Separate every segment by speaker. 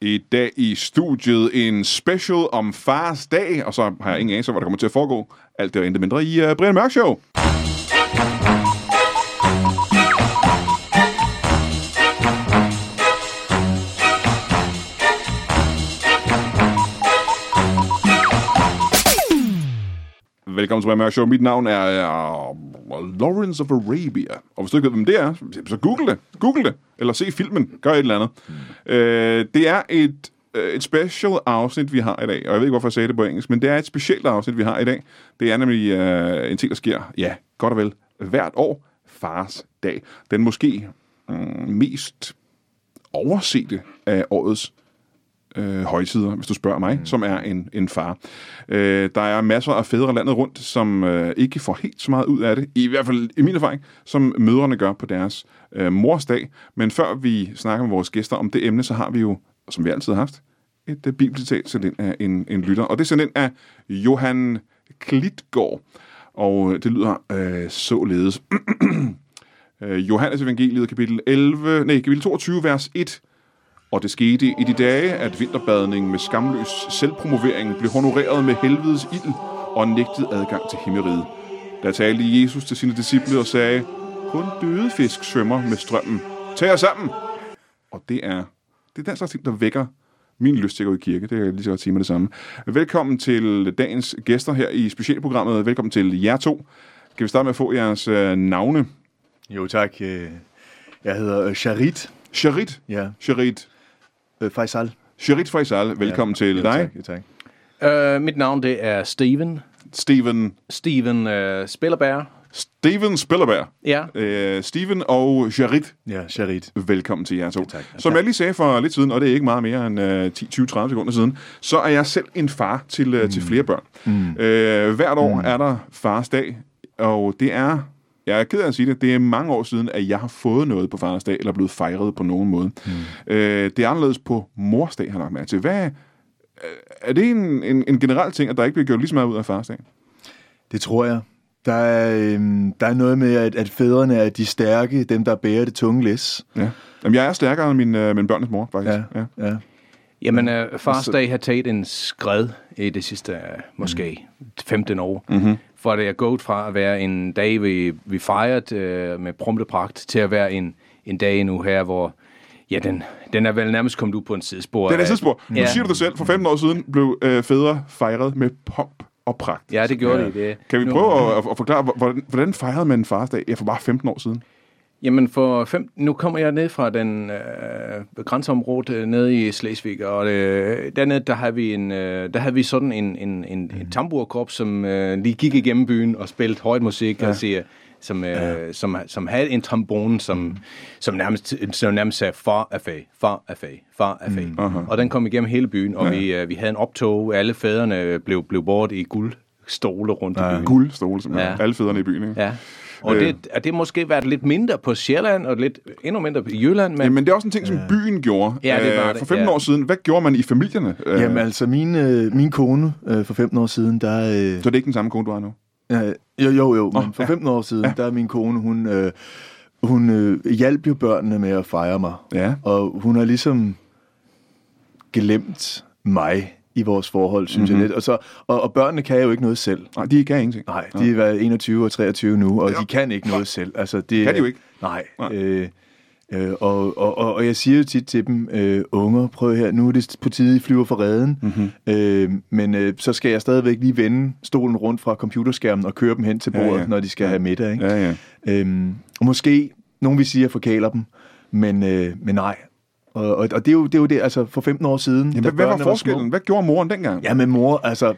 Speaker 1: I dag i studiet en special om fars dag, og så har jeg ingen anelse om, hvad der kommer til at foregå. Alt det og intet mindre i uh, Brian Mørk Show. Velkommen til Brian Mørk Show. Mit navn er uh, Lawrence of Arabia. Og hvis du ikke ved, hvem det er, så google det. Google det. Eller se filmen. Gør et eller andet. Mm. Øh, det er et, øh, et special afsnit, vi har i dag. Og jeg ved ikke, hvorfor jeg sagde det på engelsk, men det er et specielt afsnit, vi har i dag. Det er nemlig øh, en ting, der sker, ja, godt og vel, hvert år. Fars dag. Den måske mm, mest oversete af årets øh, højtider, hvis du spørger mig, mm. som er en, en far. Øh, der er masser af fædre landet rundt, som øh, ikke får helt så meget ud af det, i hvert fald i min erfaring, som mødrene gør på deres øh, morsdag. Men før vi snakker med vores gæster om det emne, så har vi jo, som vi altid har haft, et øh, bibelcitat sendt ind af en, en lytter. Og det er sendt ind af Johan Klitgaard. Og øh, det lyder øh, således. øh, Johannes evangeliet, kapitel 11, nej, kapitel 22, vers 1. Og det skete i de dage, at vinterbadning med skamløs selvpromovering blev honoreret med helvedes ild og nægtet adgang til himmeriget. Der talte Jesus til sine disciple og sagde, kun døde fisk svømmer med strømmen. Tag jer sammen! Og det er, det er den slags ting, der vækker min lyst til at gå i kirke. Det kan jeg lige så godt sige med det samme. Velkommen til dagens gæster her i specialprogrammet. Velkommen til jer to. Kan vi starte med at få jeres øh, navne?
Speaker 2: Jo tak. Øh, Jeg hedder øh, Charit.
Speaker 1: Charit.
Speaker 2: Ja.
Speaker 1: Charit.
Speaker 2: Øh, Faisal.
Speaker 1: Charit Faisal, velkommen ja, til
Speaker 2: jo,
Speaker 1: dig.
Speaker 2: Tak, jo, tak.
Speaker 3: Øh, mit navn det er Steven.
Speaker 1: Steven
Speaker 3: Steven øh, Spillerbær.
Speaker 1: Steven Spillerberg.
Speaker 3: Ja.
Speaker 1: Øh, Steven og Jarit,
Speaker 2: Ja, Charit.
Speaker 1: velkommen til jer to.
Speaker 2: tak.
Speaker 1: Som jeg lige sagde for lidt siden, og det er ikke meget mere end øh, 10, 20, 30 sekunder siden, så er jeg selv en far til, øh, til flere børn. Mm. Øh, hvert år mm. er der fars dag, og det er, jeg er ked af at sige det, det er mange år siden, at jeg har fået noget på fars dag, eller er blevet fejret på nogen måde. Mm. Øh, det er anderledes på mors dag, har jeg nok mærke til. Hvad, øh, er det en, en, en generel ting, at der ikke bliver gjort lige så meget ud af fars dag?
Speaker 2: Det tror jeg. Der er, øhm, der er noget med, at, at fædrene er de stærke, dem der bærer det tunge læs.
Speaker 1: Ja. Jamen, jeg er stærkere end min, øh, min børnenes mor, faktisk.
Speaker 2: Ja, ja. ja.
Speaker 3: Jamen, øh, fars dag har taget en skred i det sidste, øh, måske
Speaker 1: Mhm.
Speaker 3: 15 år. Mm-hmm. For det er gået fra at være en dag, vi, vi fejrede øh, med prompte pragt, til at være en, en dag nu her, hvor ja, den, den er vel nærmest kommet ud på en sidespor.
Speaker 1: Den er
Speaker 3: af-
Speaker 1: sidspor. Nu
Speaker 3: Ja.
Speaker 1: siger du det selv. For 15 år siden blev øh, fædre fejret med pomp og pragt.
Speaker 3: Ja, det gjorde ja. det. det.
Speaker 1: Kan vi
Speaker 3: Nu-
Speaker 1: prøve at, at- at forklare, hvor- hvordan, hvordan fejrede man en fars dag ja, for bare 15 år siden?
Speaker 3: Jamen for fem, nu kommer jeg ned fra den øh, grænseområde øh, nede i Slesvig, og øh, dernede, der har vi, en, øh, der har vi sådan en, en, en, en tamburkorps, som øh, lige gik igennem byen og spillede højt musik, ja. og siger, som, øh, ja. som, som havde en trombone, som, mm. som, nærmest, som nærmest sagde, far af fag, far af fag, far af fag. Mm. Og den kom igennem hele byen, og ja. vi, øh, vi havde en optog, alle fædrene blev, blev bort i guld stole rundt ja. i byen.
Speaker 1: Guldstole, simpelthen. Ja.
Speaker 3: Ja.
Speaker 1: Alle fædrene i byen, ikke?
Speaker 3: Ja. Og
Speaker 1: Øh.
Speaker 3: øh. det, er det måske været lidt mindre på Sjælland, og lidt endnu mindre på Jylland, men
Speaker 1: Men, men det er også en ting, som byen gjorde.
Speaker 3: Ja, det var
Speaker 1: Øh,
Speaker 3: det,
Speaker 1: For 15
Speaker 3: ja.
Speaker 1: år siden, hvad gjorde man i familierne? Øh,
Speaker 2: Jamen altså, min, øh, min kone øh, for 15 år siden, der... Øh,
Speaker 1: Så det er ikke den samme kone, du har nu?
Speaker 2: øh, jo, jo, jo, men
Speaker 1: Nå,
Speaker 2: for
Speaker 1: ja.
Speaker 2: 15 år siden, der er min kone, hun... Øh, hun øh, hjalp jo børnene med at fejre mig.
Speaker 1: Ja.
Speaker 2: Og hun har ligesom glemt mig i vores forhold, synes
Speaker 1: Mhm.
Speaker 2: mm-hmm. jeg lidt. Og, så, og, og børnene kan jo ikke noget selv.
Speaker 1: Nej, de gav ingenting.
Speaker 2: Nej, de er været 21 og 23 nu, og
Speaker 1: Ja.
Speaker 2: de kan ikke noget selv. Altså, det,
Speaker 1: Kan de jo ikke.
Speaker 2: Nej.
Speaker 1: Nej.
Speaker 2: Øh, øh, og, og, og, og jeg siger jo tit til dem, øh, unger, prøv her, nu er det på tide, I flyver fra redden,
Speaker 1: Mhm.
Speaker 2: mm-hmm. øh, men øh, så skal jeg stadigvæk lige vende stolen rundt fra computerskærmen og køre dem hen til
Speaker 1: Ja, ja.
Speaker 2: bordet, ja, ja. når de skal have middag. Ikke?
Speaker 1: Ja, ja.
Speaker 2: Øhm, og måske, nogen vil sige, at jeg forkæler dem, men, øh, men nej. Og, og, og det, er jo, det er jo det, altså for 15 år siden.
Speaker 1: Jamen,
Speaker 2: da
Speaker 1: hvad, hvad var
Speaker 2: børnene små-
Speaker 1: forskellen? hvad gjorde moren dengang?
Speaker 2: Ja, men mor, altså...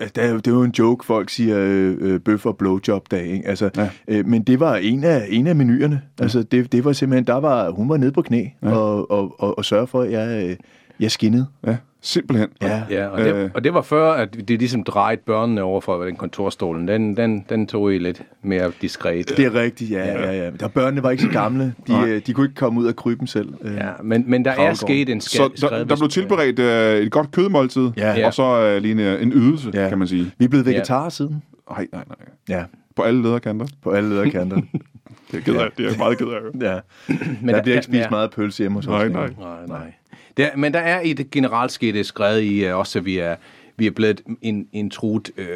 Speaker 2: Det er, jo, det er jo en joke, folk siger øh, øh, bøf og blowjob dag, ikke? Altså,
Speaker 1: Ja.
Speaker 2: ja. øh, men det var en af, en af menuerne. Altså, det, det var simpelthen, der var, hun var nede på knæ ja. og, og, og, og sørge for, at jeg, øh, jeg skinnede.
Speaker 1: Ja, simpelthen.
Speaker 2: Ja.
Speaker 3: ja, og, det,
Speaker 1: Øh.
Speaker 3: øh. og det var før, at det ligesom drejede børnene over for den kontorstolen. Den, den, den tog I lidt mere diskret.
Speaker 2: Det er rigtigt, ja, ja, ja. ja. Der, børnene var ikke så gamle. De, øh, de kunne ikke komme ud af kryben selv. Øh.
Speaker 3: Ja, men, men der er
Speaker 2: Kravlegården.
Speaker 3: sket en
Speaker 1: Så
Speaker 3: skred.
Speaker 1: der, der blev tilberedt øh, et godt kødmåltid,
Speaker 2: Ja.
Speaker 1: og så øh, lige en, øh, en ydelse,
Speaker 2: Ja.
Speaker 1: kan man sige.
Speaker 2: Vi er blevet vegetarer ja. siden.
Speaker 1: Nej, nej, nej.
Speaker 2: Ja,
Speaker 1: På alle lederkanter.
Speaker 2: på alle leder kanter.
Speaker 1: Det er, jeg ked af. det er jeg meget ked af.
Speaker 2: ja.
Speaker 3: Men
Speaker 2: Men der bliver
Speaker 3: der-
Speaker 2: ikke spist
Speaker 3: ja.
Speaker 2: meget pølse hjemme hos os.
Speaker 1: Nej,
Speaker 2: længere.
Speaker 1: nej.
Speaker 3: Nej, nej. Der, men der er et generelt skete skrevet i uh, også, at vi er, vi er blevet en, en truet øh,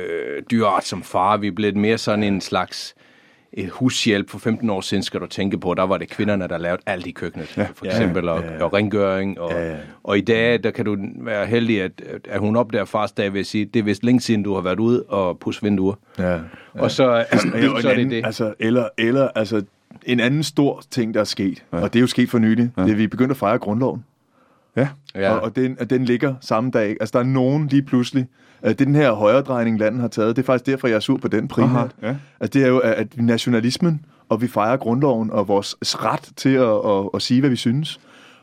Speaker 3: dyreart som far. Vi er blevet mere sådan en slags øh, hushjælp. For 15 år siden skal du tænke på, der var det kvinderne, der lavede alt i køkkenet. Ja, for eksempel, ja, ja, ja. Og, og rengøring. Og, ja, ja. og i dag, der kan du være heldig, at, at hun opdager fars dag ved at sige, det er vist længe siden, du har været ude og pusse vinduer.
Speaker 2: Ja, ja.
Speaker 3: Og så, øh,
Speaker 2: Eller,
Speaker 3: så er det det.
Speaker 2: Altså, eller, eller altså, en anden stor ting, der er sket, ja. og det er jo sket for nylig, ja. det er, at vi er begyndt at fejre grundloven.
Speaker 1: Ja.
Speaker 2: Ja. Og, og den, og den ligger samme dag. ikke? Altså, der er nogen lige pludselig. Øh, Det er den her højredrejning, landet har taget. Det er faktisk derfor, jeg er sur på den primært.
Speaker 1: Aha, ja.
Speaker 2: Altså, det er jo, at- at nationalismen, og vi fejrer grundloven og vores ret til at, at, at sige, hvad vi synes.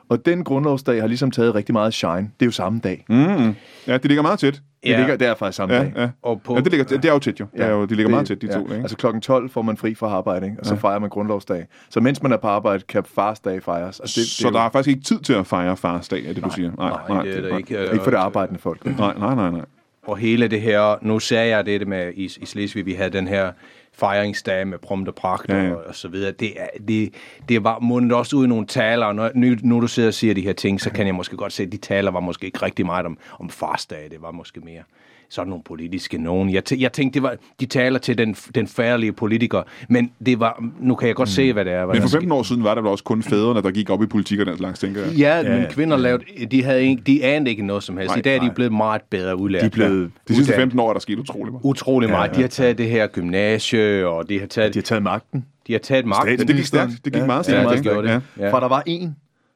Speaker 2: Og den grundlovsdag har ligesom taget rigtig meget shine. Det er jo samme dag. Mm.
Speaker 1: Mm. Ja, de ligger meget tæt.
Speaker 2: Det ligger der faktisk samme
Speaker 1: Ja,
Speaker 2: dag.
Speaker 1: ja.
Speaker 3: Og på-
Speaker 1: ja det, ligger, det er jo tæt jo. Ja, jo de ligger det, meget tæt, de to. Ikke?
Speaker 2: Altså klokken 12 får man fri fra arbejde, ikke? og så ja. fejrer man grundlovsdag. Så mens man er på arbejde, kan fars dag fejres. Altså,
Speaker 1: det, så
Speaker 2: er
Speaker 1: der er faktisk ikke tid til at fejre fars dag, er det, du siger?
Speaker 3: nej, det er der ikke.
Speaker 2: jo, ikke for det arbejdende folk. vel?
Speaker 1: Nej, nej, nej, nej.
Speaker 3: og hele det her, nu sagde jeg det med i, i Slesvig, vi havde den her fejringsdag med prompt og pragt ja,
Speaker 1: Ja,
Speaker 3: ja.
Speaker 1: ja.
Speaker 3: Og, og så videre. Det, er, det, det var mundet også ud i nogle taler, og når, nu, nu du sidder og siger de her ting, så kan jeg måske godt se, at de taler var måske ikke rigtig meget om, om farsdag, det var måske mere sådan nogle politiske nogen. Jeg, tæ- jeg tænkte, det var, de taler til den, den færdige politiker, men det var, nu kan jeg godt se, hvad det er.
Speaker 1: Men
Speaker 3: Hvad der
Speaker 1: for
Speaker 3: sker.
Speaker 1: 15 år siden var der vel også kun fædrene, der gik op i politik og den slags, tænker jeg.
Speaker 3: Ja, ja, men kvinder lavede, de, havde ikke, de anede ikke noget som helst.
Speaker 1: Nej,
Speaker 3: I dag er de
Speaker 1: nej.
Speaker 3: blevet meget bedre udlært.
Speaker 2: De er blevet...
Speaker 1: De sidste
Speaker 3: Uddannet.
Speaker 1: 15 år er der sket utrolig meget.
Speaker 3: utrolig meget. Ja, ja. De har taget det her gymnasie, og de har taget,
Speaker 2: De har taget magten.
Speaker 3: de har taget
Speaker 1: Ja,
Speaker 3: magten.
Speaker 1: det gik stærkt. Det gik meget stærkt.
Speaker 3: Ja, det
Speaker 1: ikke?
Speaker 3: gjorde det. Ja.
Speaker 2: Ja. Fra der var en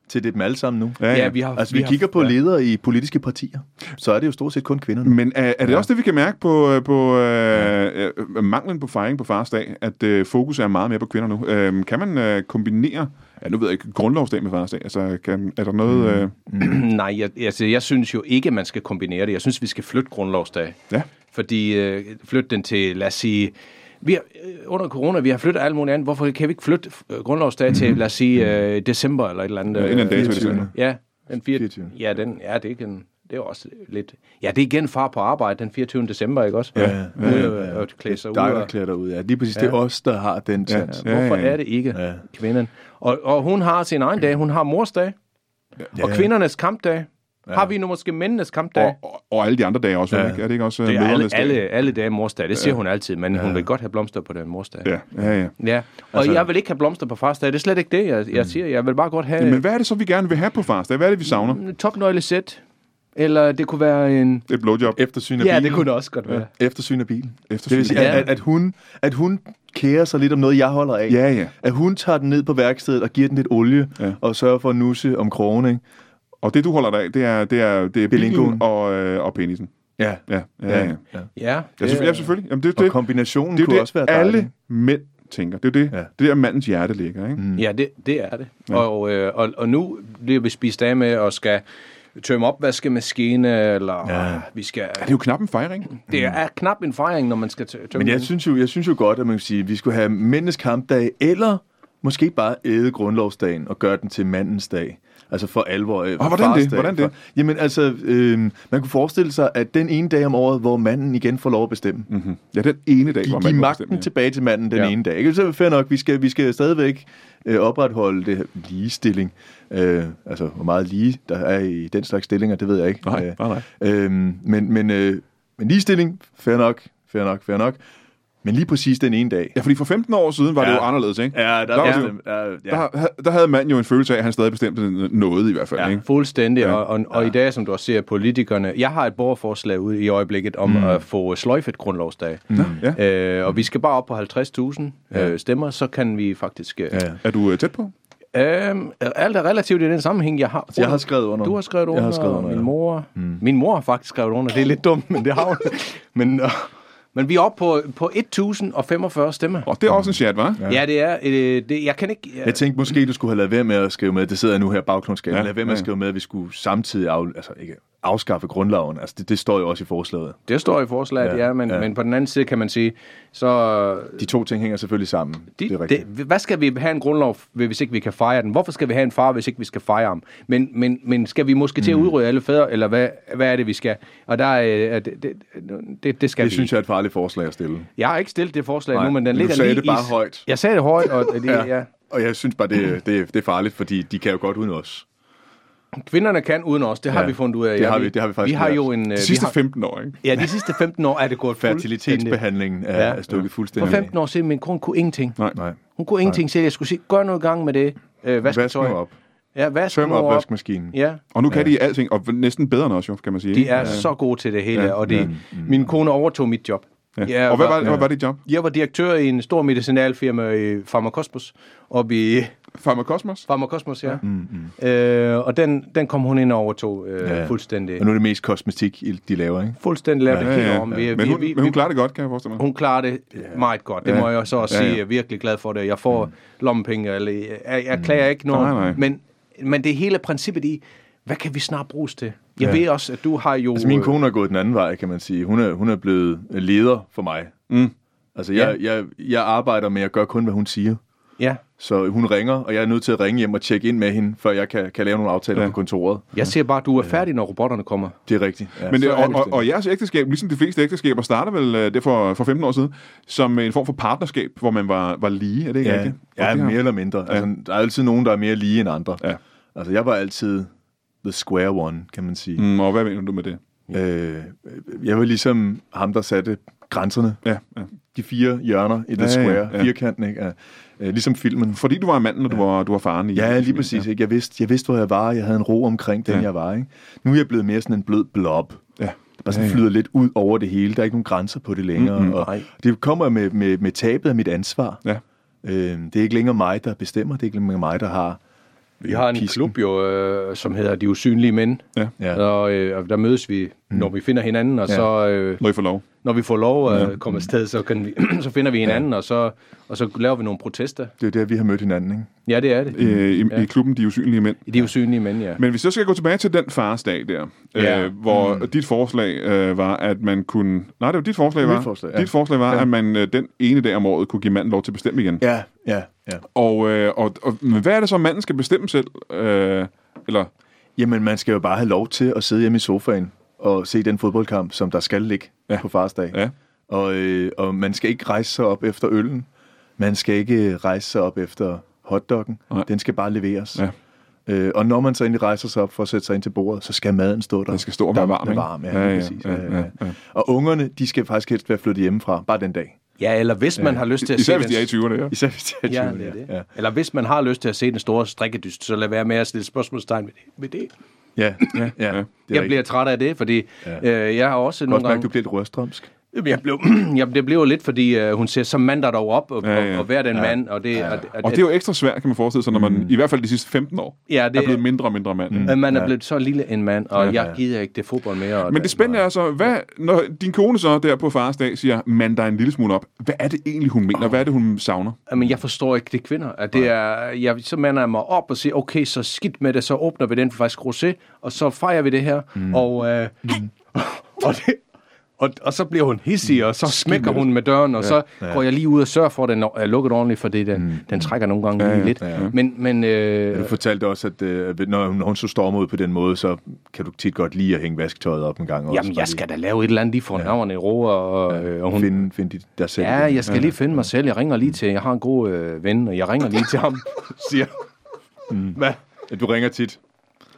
Speaker 2: til det er dem alle sammen nu.
Speaker 1: Ja,
Speaker 3: Ja,
Speaker 1: ja.
Speaker 3: vi har,
Speaker 2: Altså, vi, vi
Speaker 3: har-
Speaker 2: kigger på ledere i politiske partier, så er det jo stort set kun kvinder nu.
Speaker 1: Men er, er det også det, vi kan mærke på, øh, på øh, øh, manglen på fejring på fars dag, at øh, fokus er meget mere på kvinder nu? Øh, kan man øh, kombinere, ja, nu ved jeg ikke, grundlovsdag med fars dag? Altså, kan, er der noget...
Speaker 3: Mm.
Speaker 1: Øh,
Speaker 3: Nej, jeg, altså, jeg synes jo ikke, man skal kombinere det. Jeg synes, vi skal flytte grundlovsdag.
Speaker 1: Ja.
Speaker 3: Fordi øh, flytte den til, lad os sige... Vi har, øh, under corona, vi har flyttet alt muligt andet. Hvorfor kan vi ikke flytte øh, grundlovsdag mm-hmm. til, lad os sige, øh, december eller et eller andet? øh,
Speaker 1: Ja, en eller anden dato i
Speaker 2: 24..
Speaker 1: december.
Speaker 3: Ja, den 24.
Speaker 2: 24..
Speaker 3: Ja, den, ja, det er igen, det er jo også lidt... Ja, det er igen far på arbejde den 24. december, ikke også?
Speaker 2: Ja,
Speaker 3: ja, ja, ja. Og klæde sig ud.
Speaker 2: Der er
Speaker 3: og-
Speaker 2: der klæder ud, ja. Lige præcis, ja. det er os, der har den tendens.
Speaker 1: Ja,
Speaker 3: Hvorfor
Speaker 1: ja, ja.
Speaker 3: er det ikke ja.
Speaker 2: Ja.
Speaker 3: kvinden? Og, og hun har sin egen dag. Hun har morsdag. Ja. Og kvindernes kampdag. Ja. Har vi nu måske mændenes kampdag?
Speaker 1: og, og, og alle de andre dage også, ja. ikke? Er det ikke også øh,
Speaker 3: det er alle,
Speaker 1: mødernes
Speaker 3: alle, alle dage er morsdag. Det siger hun altid, men hun vil godt have blomster på den morsdag.
Speaker 1: dag? Ja, ja, ja.
Speaker 3: ja. Og altså, Mm. jeg vil ikke have blomster på farsdag. Det er slet ikke det, jeg, jeg siger. Jeg vil bare godt have
Speaker 1: Men hvad er det så, vi gerne vil have på fars dag? Hvad er det, vi savner?
Speaker 3: en topnøglesæt. Eller det kunne være en...
Speaker 1: Et blowjob.
Speaker 2: Eftersyn af
Speaker 3: Ja,
Speaker 2: bilen.
Speaker 3: det kunne det også godt være.
Speaker 2: Eftersyn af bilen.
Speaker 1: Eftersyn
Speaker 2: det vil sige,
Speaker 1: af
Speaker 2: at, at,
Speaker 3: bilen.
Speaker 2: at, hun, at hun kærer sig lidt om noget, jeg holder af.
Speaker 1: Ja, ja.
Speaker 2: At hun tager den ned på værkstedet og giver den lidt olie,
Speaker 1: Ja.
Speaker 2: ja. og sørger for at nusse om krogen, ikke?
Speaker 1: Og det, du holder dig af, det er, det er, det er bilen
Speaker 2: Bilingoen.
Speaker 1: og, øh, og penisen.
Speaker 2: Ja.
Speaker 1: Ja, ja, ja. ja.
Speaker 2: ja.
Speaker 3: Ja,
Speaker 1: Ja,
Speaker 3: det,
Speaker 1: selvfø- ja selvfølgelig. Jamen, det, er
Speaker 2: Og
Speaker 1: det,
Speaker 2: kombinationen
Speaker 1: det er jo
Speaker 2: kunne
Speaker 1: det,
Speaker 2: også være dejlig.
Speaker 1: alle mænd tænker. Det er jo det,
Speaker 2: Ja.
Speaker 1: det er der mandens hjerte ligger, ikke? Mm.
Speaker 3: Ja, det, det er det. Ja. Og, øh, og, og nu bliver vi spist af med og skal tømme opvaskemaskine, eller ja.
Speaker 2: Ja.
Speaker 3: vi skal...
Speaker 1: Det er jo knap en fejring.
Speaker 3: Det er knap en fejring, når man skal tø- tømme
Speaker 2: Mm. Men jeg
Speaker 3: den.
Speaker 2: synes jo, jeg synes jo godt, at man kan sige, at vi skulle have mændenes kampdag, eller måske bare æde grundlovsdagen og gøre den til mandens dag. Altså for alvor. øh,
Speaker 1: Og hvordan det?
Speaker 2: fars dag.
Speaker 1: Hvordan det?
Speaker 2: For- Jamen altså, øh, man kunne forestille sig, at den ene dag om året, hvor manden igen får lov at bestemme. Mm.
Speaker 1: Mm. Ja, den ene dag, hvor
Speaker 2: Giv,
Speaker 1: man
Speaker 2: giv
Speaker 1: må
Speaker 2: magten
Speaker 1: bestemme, ja.
Speaker 2: ja. tilbage til manden den
Speaker 3: Ja.
Speaker 2: ja. ene dag. Ikke? Så er det fair nok, vi skal, vi skal stadigvæk øh, opretholde det her ligestilling. Øh, altså, hvor meget lige der er i den slags stillinger, det ved jeg ikke. Øh,
Speaker 1: Nej, nej, nej.
Speaker 2: Øhm, men, men, øh, men ligestilling, fair nok, fair nok, fair nok. Men lige præcis den ene dag.
Speaker 1: Ja, fordi for 15 år siden var ja. det
Speaker 2: Ja.
Speaker 1: jo anderledes, ikke?
Speaker 2: Ja, der, der,
Speaker 1: var
Speaker 2: ja,
Speaker 1: det jo-
Speaker 2: ja,
Speaker 1: Der,
Speaker 2: ja.
Speaker 1: ha- der havde manden jo en følelse af, at han stadig bestemte noget i hvert fald, ja.
Speaker 2: Ja.
Speaker 1: ikke?
Speaker 3: Fuldstændig, ja. og, og, og i dag, som du også ser, politikerne... Jeg har et borgerforslag ude i øjeblikket om mm. at få sløjfet grundlovsdag.
Speaker 1: Nå, ja.
Speaker 3: Øh, og vi skal bare op på 50.000 øh, stemmer, så kan vi faktisk... Øh,
Speaker 2: Ja.
Speaker 1: Er du øh, tæt på?
Speaker 3: Øhm, alt er relativt i den sammenhæng, jeg har.
Speaker 2: jeg har skrevet under.
Speaker 3: Du har skrevet
Speaker 2: Jeg
Speaker 3: under,
Speaker 2: har skrevet under,
Speaker 3: min
Speaker 2: ja.
Speaker 3: mor. Mm. Min mor har faktisk skrevet under. Det er lidt dumt, men det har hun. men, øh, men vi er oppe på, på 1045 stemmer.
Speaker 1: Og det er også en chat, var?
Speaker 3: Ja, ja det er... Øh, det, jeg kan ikke... Øh,
Speaker 2: Jeg tænkte måske, du skulle have lavet være med at skrive med, det sidder jeg nu her bagklonskab,
Speaker 1: Ja,
Speaker 2: ja, lad være med at
Speaker 1: ja.
Speaker 2: skrive med, at vi skulle samtidig af, altså, ikke, afskaffe grundloven. Altså, det, det, står jo også i forslaget.
Speaker 3: Det står i forslaget, ja,
Speaker 2: Ja,
Speaker 3: ja, men, ja.
Speaker 2: ja.
Speaker 3: men på den anden side kan man sige, så...
Speaker 2: De to ting hænger selvfølgelig sammen.
Speaker 3: De,
Speaker 2: det er rigtigt.
Speaker 3: det, hvad skal vi have en grundlov, hvis ikke vi kan fejre den? Hvorfor skal vi have en far, hvis ikke vi skal fejre ham? Men, men, men skal vi måske
Speaker 2: Mm.
Speaker 3: til at udrydde alle fædre, eller hvad, hvad er det, vi skal? Og der er, øh, er det, det, det, det skal
Speaker 2: Det
Speaker 3: vi
Speaker 2: synes jeg er et farligt forslag at stille.
Speaker 3: Jeg har ikke stillet det forslag
Speaker 2: Nej,
Speaker 3: nu, men
Speaker 2: men
Speaker 3: den
Speaker 2: du
Speaker 3: ligger
Speaker 2: sagde
Speaker 3: lige
Speaker 2: det bare
Speaker 3: i...
Speaker 2: højt.
Speaker 3: Jeg sagde det højt, og det, ja. ja. Mm.
Speaker 2: Og jeg synes bare, det, det, det er farligt, fordi de kan jo godt uden os.
Speaker 3: Kvinderne kan uden os, det har
Speaker 2: Ja,
Speaker 3: ja, vi fundet ud af.
Speaker 2: det
Speaker 3: Ja,
Speaker 2: har vi- det har vi faktisk
Speaker 3: Vi har
Speaker 2: lært.
Speaker 3: jo en... øh,
Speaker 1: De
Speaker 3: vi
Speaker 1: sidste
Speaker 3: har,
Speaker 1: 15 år, ikke?
Speaker 3: Ja, de sidste 15 år er det gået fuldstændig.
Speaker 2: Fertilitetsbehandlingen er,
Speaker 3: Ja.
Speaker 2: er stukket
Speaker 3: For
Speaker 2: fuldstændig.
Speaker 3: 15 år siden, min kone kunne ingenting.
Speaker 1: Nej.
Speaker 2: Nej.
Speaker 3: Hun kunne ingenting selv. Jeg skulle sige, gør noget i gang med det. Øh, vask,
Speaker 2: Vask nu
Speaker 3: tøj.
Speaker 2: op.
Speaker 3: Ja, vask
Speaker 2: Tøm
Speaker 3: nu
Speaker 2: op
Speaker 3: op.
Speaker 2: vaskemaskinen.
Speaker 3: Ja,
Speaker 1: Og nu kan de alting, og næsten bedre end os, jo, kan man sige.
Speaker 3: de
Speaker 1: ikke?
Speaker 3: er så gode til det hele. og det, min kone overtog mit job.
Speaker 1: Ja. Og hvad var, hvad var dit job?
Speaker 3: Jeg var direktør i en stor medicinalfirma i Pharmacosmos, oppe i
Speaker 1: Pharmacosmos?
Speaker 3: Pharmacosmos, ja. Mm, mm. Øh, og den, den kom hun ind og overtog øh,
Speaker 2: Ja.
Speaker 3: ja. fuldstændig.
Speaker 2: Og nu er det mest kosmetik, I- de laver, ikke?
Speaker 3: Fuldstændig lavet
Speaker 1: Ja,
Speaker 3: ja,
Speaker 1: ja,
Speaker 3: ja,
Speaker 1: ja.
Speaker 3: om. Vi, vi,
Speaker 1: Men hun,
Speaker 3: vi,
Speaker 1: men hun klarer det godt, kan jeg forestille mig.
Speaker 3: hun klarer det meget godt. Det
Speaker 1: Ja.
Speaker 3: må jeg så også
Speaker 1: Ja,
Speaker 3: ja,
Speaker 1: ja. Mm.
Speaker 3: sige. Jeg er virkelig glad for det. Jeg får lommepenge. Eller, jeg, jeg klager ikke noget.
Speaker 1: Nej, nej.
Speaker 3: Men, men det hele princippet i, hvad kan vi snart bruges til? Jeg
Speaker 2: Ja.
Speaker 3: ja. ved også, at du har jo...
Speaker 2: Altså, min kone er gået den anden vej, kan man sige. Hun er, hun er blevet leder for mig. Mm. Altså, jeg, jeg, jeg arbejder med at gøre kun, hvad hun siger.
Speaker 3: Ja.
Speaker 2: Så hun ringer, og jeg er nødt til at ringe hjem og tjekke ind med hende, før jeg kan, kan lave nogle aftaler
Speaker 1: Ja.
Speaker 2: ja. på kontoret.
Speaker 3: Jeg ser bare, at du er færdig, når robotterne kommer.
Speaker 2: Det er rigtigt. Ja.
Speaker 1: Men det,
Speaker 2: Så er
Speaker 1: og,
Speaker 2: det
Speaker 1: og, og jeres ægteskab, ligesom de fleste ægteskaber, starter vel øh, det for, for 15 år siden, som en form for partnerskab, hvor man var, var lige, er det ikke
Speaker 2: Ja,
Speaker 1: rigtigt? Og
Speaker 2: ja
Speaker 1: det har-
Speaker 2: mere eller mindre. Altså, Der er altid nogen, der er mere lige end andre.
Speaker 1: Ja.
Speaker 2: Altså, jeg var altid the square one, kan man sige.
Speaker 1: Mm, og hvad mener du med det?
Speaker 2: Mm. Øh, jeg var ligesom ham, der satte grænserne.
Speaker 1: Ja, ja.
Speaker 2: De fire hjørner i the
Speaker 1: Ja, ja,
Speaker 2: square.
Speaker 1: ja.
Speaker 2: Firkanten, ikke? Ja. Øh, ligesom filmen.
Speaker 1: Fordi du var manden, og du, var, du var faren i...
Speaker 2: Ja, lige
Speaker 1: familien,
Speaker 2: præcis. Ikke? Jeg, vidste, jeg vidste, hvor jeg var. Jeg havde en ro omkring den,
Speaker 1: Ja.
Speaker 2: jeg var. Ikke? Nu er jeg blevet mere sådan en blød blob.
Speaker 1: Ja.
Speaker 2: Der bare sådan flyder lidt ud over det hele. Der er ikke nogen grænser på det længere. Mm-hmm. Og det kommer med, med, med tabet af mit ansvar.
Speaker 1: Ja.
Speaker 2: Øhm, det er ikke længere mig, der bestemmer. Det er ikke længere mig, der har...
Speaker 3: Vi har en
Speaker 2: pisken.
Speaker 3: klub jo, øh, som hedder De Usynlige Mænd.
Speaker 1: Ja. Mm.
Speaker 2: Ja.
Speaker 3: Og, øh, og der mødes vi, når vi finder hinanden, og
Speaker 2: Ja.
Speaker 3: ja. så... Øh,
Speaker 1: Når I får lov.
Speaker 3: når vi får lov at komme afsted, så, kan vi, så finder vi hinanden, og, så, og så laver vi nogle protester.
Speaker 2: Det er jo der, vi har mødt hinanden. Ikke?
Speaker 3: Ja, det er det.
Speaker 1: Øh, i, ja. I klubben De Usynlige Mænd.
Speaker 3: De er usynlige mænd, ja.
Speaker 1: Men hvis jeg skal gå tilbage til den farsdag der,
Speaker 3: Ja.
Speaker 1: øh, hvor mm. dit forslag øh, var, at man kunne... Nej, det var dit forslag,
Speaker 2: Mit
Speaker 1: var.
Speaker 2: forslag, ja.
Speaker 1: Dit forslag var, ja. at man øh, den ene dag om året kunne give manden lov til at bestemme igen.
Speaker 2: Ja, ja, ja.
Speaker 1: Og, øh, og, og men hvad er det så, manden skal bestemme selv? Øh, eller,
Speaker 2: Jamen, man skal jo bare have lov til at sidde hjemme i sofaen og se den fodboldkamp, som der skal ligge
Speaker 1: Ja.
Speaker 2: ja. på farsdag.
Speaker 1: Ja.
Speaker 2: Og, øh, og man skal ikke rejse sig op efter øllen. Man skal ikke øh, rejse sig op efter hotdoggen.
Speaker 1: Nej.
Speaker 2: Den skal bare leveres.
Speaker 1: Ja.
Speaker 2: Øh, og når man så endelig rejser sig op for at sætte sig ind til bordet, så skal maden stå der. Den
Speaker 1: skal stå og være varm, ikke?
Speaker 2: varm ja, ja, ja, præcis. Ja, ja,
Speaker 1: ja.
Speaker 2: ja. Og ungerne, de skal faktisk helst være flyttet hjemmefra, bare den dag.
Speaker 3: Ja, eller hvis man har lyst til at
Speaker 1: især
Speaker 3: se
Speaker 1: hvis de er i 20'erne, ja.
Speaker 2: Især hvis de er 20.
Speaker 3: Ja, det er det. Ja. Eller hvis man har lyst til at se den store strikkedyst, så lad være med at stille spørgsmålstegn ved det. Ved det.
Speaker 2: Ja, ja, ja. ja.
Speaker 3: det jeg bliver træt af det, fordi ja. øh, jeg har også
Speaker 2: Godt
Speaker 3: nogle
Speaker 2: mærke,
Speaker 3: gange...
Speaker 2: du bliver lidt rørstrømsk.
Speaker 3: Jamen, Jeg blev, jamen, det blev jo lidt, fordi øh, hun siger, så mand der dog op og,
Speaker 1: Ja,
Speaker 3: ja,
Speaker 1: ja.
Speaker 3: ja. og, og vær den ja. mand. Og det, ja. og, og,
Speaker 1: Og det er jo ekstra svært, kan man forestille sig, når man i hvert fald de sidste 15 år
Speaker 3: Ja, det
Speaker 1: er blevet
Speaker 3: er-
Speaker 1: mindre og mindre mand. Mm.
Speaker 3: at man er blevet så lille en mand, og ja, jeg gider ikke det fodbold mere. Og
Speaker 1: Men det spændende er så, hvad, når din kone så der på fars dag siger, mand dig en lille smule op, hvad er det egentlig, hun mener? Hvad er det, hun savner?
Speaker 3: Jamen, jeg forstår ikke det kvinder. At det er, jeg, så mander jeg mig op og siger, okay, så skidt med det, så åbner vi den for faktisk rosé, og så fejrer vi det her, mm. og, øh, mm. og, det, og, og så bliver hun hissig, og så smækker hun med døren, og ja. så går jeg lige ud og sørger for, at den er lukket ordentligt, fordi den, mm. den trækker nogle gange lige lidt.
Speaker 2: ja.
Speaker 3: Men, men
Speaker 2: Du
Speaker 3: øh,
Speaker 2: fortalte også, at øh, når, hun, når hun så stormer ud på den måde, så kan du tit godt lide at hænge vasketøjet op en gang. Også,
Speaker 3: jamen,
Speaker 2: bare
Speaker 3: jeg skal da lave et eller andet lige for navnet i ro, og, øh,
Speaker 2: Hun...
Speaker 3: og hun...
Speaker 2: Finde, finde dit, dig selv.
Speaker 3: Ja, jeg skal lige finde mig selv. Jeg ringer lige til, jeg har en god øh, ven, og jeg ringer lige til ham, siger Mm.
Speaker 2: Hvad? Ja, du ringer tit.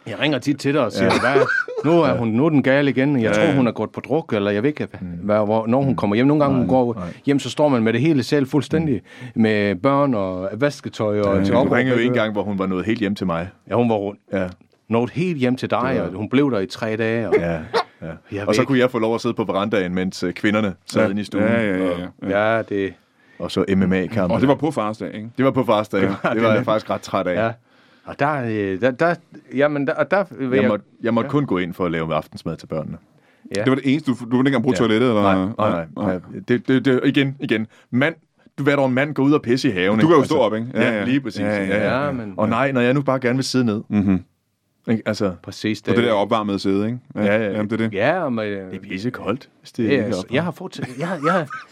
Speaker 3: Jeg ringer tit til dig og siger, ja. hvad, nu er hun nu er den gal igen, jeg tror, hun er gået på druk, eller jeg ved ikke, hvad, hvor, når hun kommer hjem. Nogle gange, hun går hjem, så står man med det hele selv fuldstændig, med børn og vasketøj og ja, til
Speaker 2: Hun ringer jo en
Speaker 3: opringning.
Speaker 2: gang, hvor hun var nået helt hjem til mig.
Speaker 3: Ja, hun var rundt.
Speaker 2: Ja.
Speaker 3: Nået helt hjem til dig, og hun blev der i tre dage. Og,
Speaker 2: Ja. ja.
Speaker 3: Jeg
Speaker 2: Og så
Speaker 3: ved
Speaker 2: kunne jeg få lov at sidde på verandaen, mens øh, kvinderne sad inde i stuen.
Speaker 1: Ja, ja, ja. ja.
Speaker 3: ja, det...
Speaker 2: Og, og så MMA-kampen.
Speaker 1: Og det var på fars dag, ikke?
Speaker 2: det var på farsdag. Ja, det var jeg faktisk ret træt af.
Speaker 3: Ja. Og der, øh, der, der, jamen, der, og der vil
Speaker 2: Jeg
Speaker 3: jeg...
Speaker 2: måtte, jeg måtte kun gå ind for at lave aftensmad til børnene.
Speaker 3: Ja.
Speaker 1: Det var det eneste, du, du ville ikke engang bruge ja. toilettet? Eller?
Speaker 2: Nej, nej, nej. Det, det, det, igen, igen. Mand, du hvad der en mand går ud og pisse i haven.
Speaker 1: Du kan jo
Speaker 2: ikke? Altså,
Speaker 1: stå op, ikke?
Speaker 2: Ja, ja, lige præcis.
Speaker 1: Ja, ja, ja.
Speaker 3: Ja, men-
Speaker 2: Og nej, når jeg nu bare gerne vil sidde ned. Mm-hmm. Ikke? Altså,
Speaker 3: Præcis
Speaker 1: På
Speaker 3: det.
Speaker 1: det der opvarmede sæde, ikke?
Speaker 2: Ja, ja.
Speaker 1: Jamen, det er det.
Speaker 3: Ja, og med,
Speaker 2: det er pisse koldt, hvis det
Speaker 3: Ja,
Speaker 2: ikke
Speaker 3: altså,
Speaker 2: op.
Speaker 3: jeg har fortalt... Jeg, har- jeg, har-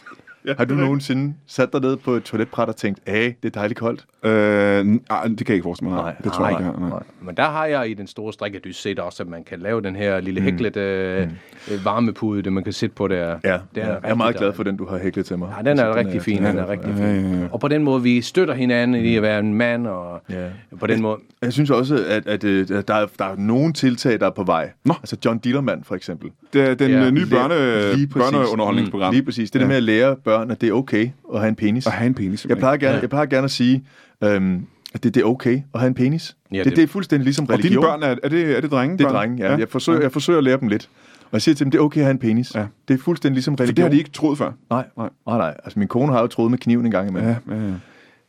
Speaker 1: Ja,
Speaker 2: Har du
Speaker 1: det er
Speaker 2: nogensinde sat dig ned på et toiletbræt og tænkt, hey, det er dejligt koldt?
Speaker 1: Øh, nej, det kan jeg ikke forestille mig. Nej, det tror jeg ikke. jeg har, Nej.
Speaker 2: nej.
Speaker 3: Men der har jeg i den store strikkedys set også, at man kan lave den her lille hæklet øh, øh, varmepude, det man kan sidde på der.
Speaker 2: Ja,
Speaker 3: det
Speaker 2: ja.
Speaker 3: er
Speaker 2: jeg er meget glad for den, du har hæklet til mig.
Speaker 3: Ja, den er
Speaker 2: Altså,
Speaker 3: rigtig fin, den er rigtig
Speaker 1: Ja,
Speaker 3: fin.
Speaker 1: ja, ja.
Speaker 3: Og på den måde, vi støtter hinanden i at være en mand, og
Speaker 2: Ja.
Speaker 3: på den måde...
Speaker 2: Jeg synes også, at, at, øh, der, er, der er nogle tiltag, der er på vej.
Speaker 1: Nå.
Speaker 2: Altså John Dillermand, for eksempel.
Speaker 1: Det er den
Speaker 3: Ja,
Speaker 1: ja, nye
Speaker 2: Lære-
Speaker 1: børne,
Speaker 2: Lige præcis.
Speaker 1: børneunderholdningsprogram.
Speaker 2: Lige præcis. Det ja. der med at lære børn, at det er okay at have en penis.
Speaker 1: At have en penis.
Speaker 2: Jeg
Speaker 1: simpelthen.
Speaker 2: plejer gerne, ja. jeg plejer gerne at sige, øhm, at det, det er okay at have en penis.
Speaker 3: Ja,
Speaker 2: Ja, det,
Speaker 3: det-
Speaker 2: det, det er fuldstændig ligesom
Speaker 1: Og
Speaker 2: religion.
Speaker 1: dine børn, er, er, det, er det drenge?
Speaker 2: det er
Speaker 1: børn?
Speaker 2: drenge, ja. ja. Jeg, forsøger, jeg forsøger at lære dem lidt. Og jeg siger til dem, det er okay at have en penis.
Speaker 1: Ja.
Speaker 2: Ja. Det er fuldstændig ligesom
Speaker 1: For
Speaker 2: religion.
Speaker 1: det har de ikke troet før.
Speaker 2: Nej,
Speaker 1: Nej.
Speaker 2: nej, nej. nej. Altså, min kone har jo troet med kniven en gang imellem.
Speaker 1: Ja,
Speaker 2: Ja.
Speaker 1: ja, ja.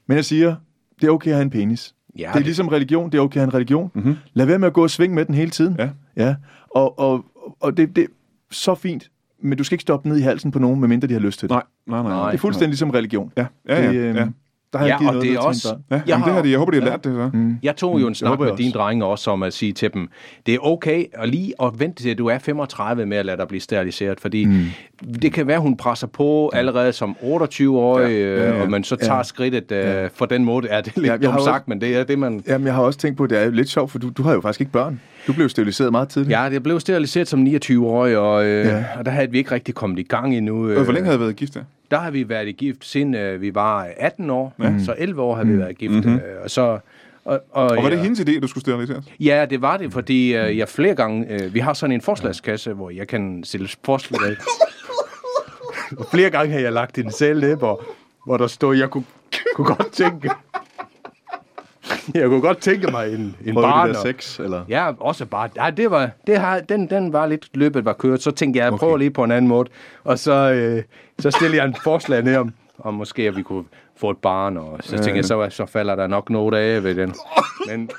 Speaker 2: Men jeg siger, det er okay at have en penis.
Speaker 3: Ja,
Speaker 2: det er
Speaker 3: det-
Speaker 2: ligesom religion, det er okay at have en religion. Mm-hmm. Lad være med at gå og svinge med den hele tiden.
Speaker 1: Mhm. Ja.
Speaker 2: ja. Og, og, og det, det er så fint, men du skal ikke stoppe ned i halsen på nogen, medmindre de har lyst til det.
Speaker 1: Nej, nej, nej.
Speaker 2: det
Speaker 1: nej.
Speaker 2: er fuldstændig ligesom religion.
Speaker 1: Ja, ja, ja.
Speaker 2: Det, øhm,
Speaker 1: ja.
Speaker 2: Der har jeg Mm. givet
Speaker 3: Ja, og
Speaker 2: noget
Speaker 3: det er
Speaker 2: videre til
Speaker 3: også...
Speaker 2: mine børn.
Speaker 1: ja.
Speaker 3: Jeg
Speaker 1: Jamen, det har de, jeg håber, de har
Speaker 3: Ja.
Speaker 1: lært det så.
Speaker 3: Jeg tog jo en snak
Speaker 2: håber jeg
Speaker 3: med dine
Speaker 2: også.
Speaker 3: drenge også om at sige til dem, det er okay at lige at vente til, at du er 35 med at lade dig blive steriliseret, fordi mm. det kan være, hun presser på allerede som 28-årig, ja, ja, ja, og man så tager ja, skridtet øh, for den måde. Ja, det er lidt
Speaker 2: Ja, jeg har
Speaker 3: ja, dumt
Speaker 2: også-
Speaker 3: sagt, men det er det, man...
Speaker 2: Jamen, jeg har også tænkt på, at det er lidt sjovt, for du, du har jo faktisk ikke børn. Du blev steriliseret meget tidligt.
Speaker 3: Ja, jeg blev steriliseret som 29-årig, og, øh, Mm. ja.
Speaker 2: Ja.
Speaker 3: og der havde vi ikke rigtig kommet i gang endnu.
Speaker 1: Øh, Hvor længe havde jeg været gift der?
Speaker 3: Der har vi været i gift siden øh, vi var 18 år, ja. så 11 år har vi været gift. Mm-hmm. Øh, og så... Og, og,
Speaker 1: Og var det
Speaker 3: ja.
Speaker 1: hendes idé, du skulle steriliseres?
Speaker 3: Ja, det var det, fordi øh, jeg flere gange... Øh, vi har sådan en forslagskasse, hvor jeg kan stille forslag. og flere gange har jeg lagt en selvlæber, hvor der stod, jeg kunne, kunne godt tænke... Jeg kunne godt tænke mig en, en
Speaker 2: Prøvede
Speaker 3: barn.
Speaker 2: det der
Speaker 3: og-
Speaker 2: sex, eller?
Speaker 3: Ja, også bare... Nej, det var, det har, den, den var lidt... Løbet var kørt, så tænkte jeg, jeg prøver lige på en anden måde. Og så, øh, så stillede jeg en forslag ned om, om måske at vi kunne få et barn, og så tænkte jeg, så, så falder der nok noget af ved den. Men,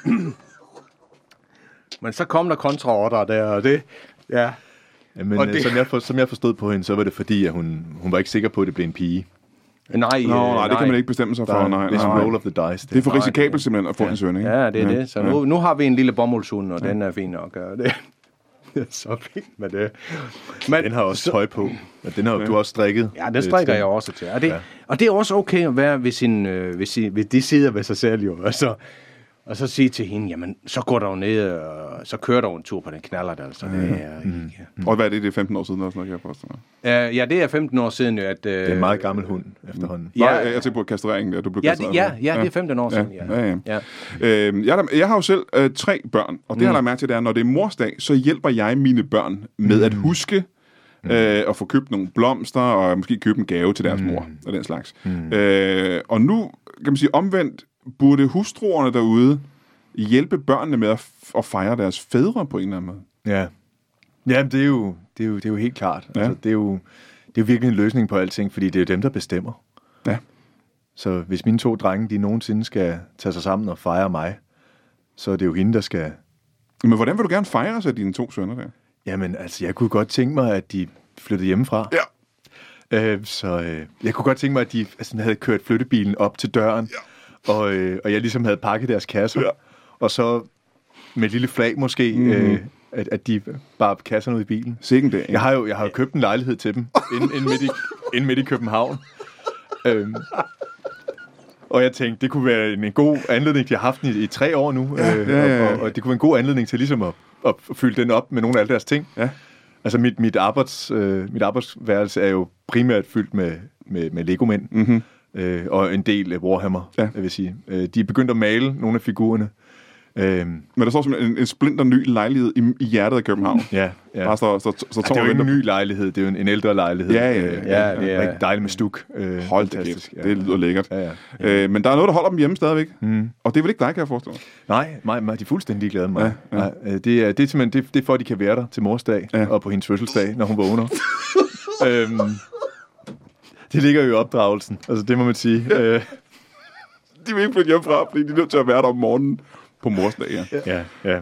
Speaker 3: men så kom der kontraorder der, og det... Ja,
Speaker 2: Jamen,
Speaker 3: Og
Speaker 2: det...
Speaker 3: det-
Speaker 2: øh, som, jeg for, som jeg forstod på hende, så var det fordi, at hun, hun var ikke sikker på, at det blev en pige.
Speaker 3: nej,
Speaker 1: Nå, nej, øh, det kan man ikke bestemme sig for.
Speaker 2: Der,
Speaker 1: Nej,
Speaker 2: nej, det er
Speaker 1: nej,
Speaker 2: en roll
Speaker 1: nej.
Speaker 2: of the dice.
Speaker 1: Det er for risikabelt simpelthen at få en søn, ikke?
Speaker 3: Ja, det er det. Så nu, nu har vi en lille bomuldshund, og den er fin nok. Og det, det er så fint med det. Men,
Speaker 2: Den har også tøj på. Ja, den har, du har også strikket.
Speaker 3: Ja, den strikker jeg også til. Og det, ja. og det er også okay at være ved, sin, øh, ved, sin, ved de sider ved sig selv, jo. Og så, og så sige til hende, jamen, så går der jo ned, og så kører der jo en tur på den knaller, altså. Det er, ikke.
Speaker 1: Og hvad er det, det er 15 år siden også, når jeg forestiller mig?
Speaker 3: Øh, ja, det er 15 år siden, jo, at... Øh,
Speaker 2: Det er en meget gammel hund efterhånden.
Speaker 1: Ja.
Speaker 3: Ja.
Speaker 1: Nej, jeg tænker på kastreringen der. Du blev
Speaker 3: Ja,
Speaker 1: kastreret.
Speaker 3: det, ja, ja, det er 15 år siden, ja.
Speaker 1: Ja, ja, ja.
Speaker 3: ja.
Speaker 1: Øhm, jeg, har- jeg har jo selv øh, tre børn, og det mm. har jeg lagt mærke til, det er, når det er morsdag, så hjælper jeg mine børn med
Speaker 3: Mm.
Speaker 1: at huske øh, at få købt nogle blomster, og måske købe en gave til deres mm. mor, og den slags. Mm. Øh, og nu, kan man sige omvendt, burde hustruerne derude hjælpe børnene med at, f- at fejre deres fædre på en eller anden måde.
Speaker 2: Ja. Jamen, det er jo, det er jo, det er jo helt klart. Ja. Altså, det, er jo, det er jo virkelig en løsning på alting, fordi det er jo dem, der bestemmer.
Speaker 1: Ja.
Speaker 2: Så hvis mine to drenge, de nogensinde skal tage sig sammen og fejre mig, så er det jo hende, der skal...
Speaker 1: Men hvordan vil du gerne fejre sig dine to sønner der?
Speaker 2: Jamen, altså, jeg kunne godt tænke mig, at de flyttede hjemmefra.
Speaker 1: Ja.
Speaker 2: Øh, så øh, jeg kunne godt tænke mig, at de altså, havde kørt flyttebilen op til døren, ja. og, øh, og jeg ligesom havde pakket deres kasser,
Speaker 1: Ja.
Speaker 2: ja. og så med et lille flag måske, mm. øh, at, at de bare kasserne ud i bilen.
Speaker 1: Sikken dag.
Speaker 2: Jeg har jo jeg har jo købt en lejlighed til dem, inden, inden, midt, i, inden midt i København. Øhm, og jeg tænkte, det kunne være en, en god anledning, de har haft den i, i tre år nu, ja, øh,
Speaker 1: ja, ja, ja.
Speaker 2: Og, og det kunne være en god anledning til ligesom at, at fylde den op med nogle af alle deres ting.
Speaker 1: Ja.
Speaker 2: Altså mit, mit, arbejds, øh, mit arbejdsværelse er jo primært fyldt med, med, med legomænd, mm-hmm. øh, og en del af Warhammer,
Speaker 1: Mhm. Ja.
Speaker 2: ja. jeg vil sige. Øh, de er begyndt at male nogle af figurerne. Øh,
Speaker 1: Men der står som en, en splinter ny lejlighed i, i hjertet af København.
Speaker 2: ja, ja.
Speaker 1: Bare står, står, står, står
Speaker 2: Ej, det er jo ikke en ny lejlighed, det er jo en, en ældre lejlighed.
Speaker 1: Ja, ja, ja.
Speaker 2: Øh,
Speaker 3: Ja, det er-
Speaker 2: Rigtig dejligt med stuk. Øh,
Speaker 1: Hold da
Speaker 2: fantastisk,
Speaker 1: kæft, det lyder lækkert.
Speaker 2: Ja, ja.
Speaker 1: Øh, men der er noget, der holder dem hjemme stadigvæk. Mm. Og det er vel ikke dig, kan jeg forestille mig.
Speaker 2: Nej, nej, nej, de er fuldstændig glade med mig. Ja, ja. Nej, øh, det, er, det er simpelthen det, det er for, at de kan være der til morsdag
Speaker 1: Ja.
Speaker 2: ja. og på hendes fødselsdag, når hun vågner. øhm, det ligger jo i opdragelsen, altså det må man sige. Øh,
Speaker 1: De vil ikke flytte hjemmefra, fordi de er nødt til at være der om morgenen på morsdag, ja.
Speaker 2: ja, ja.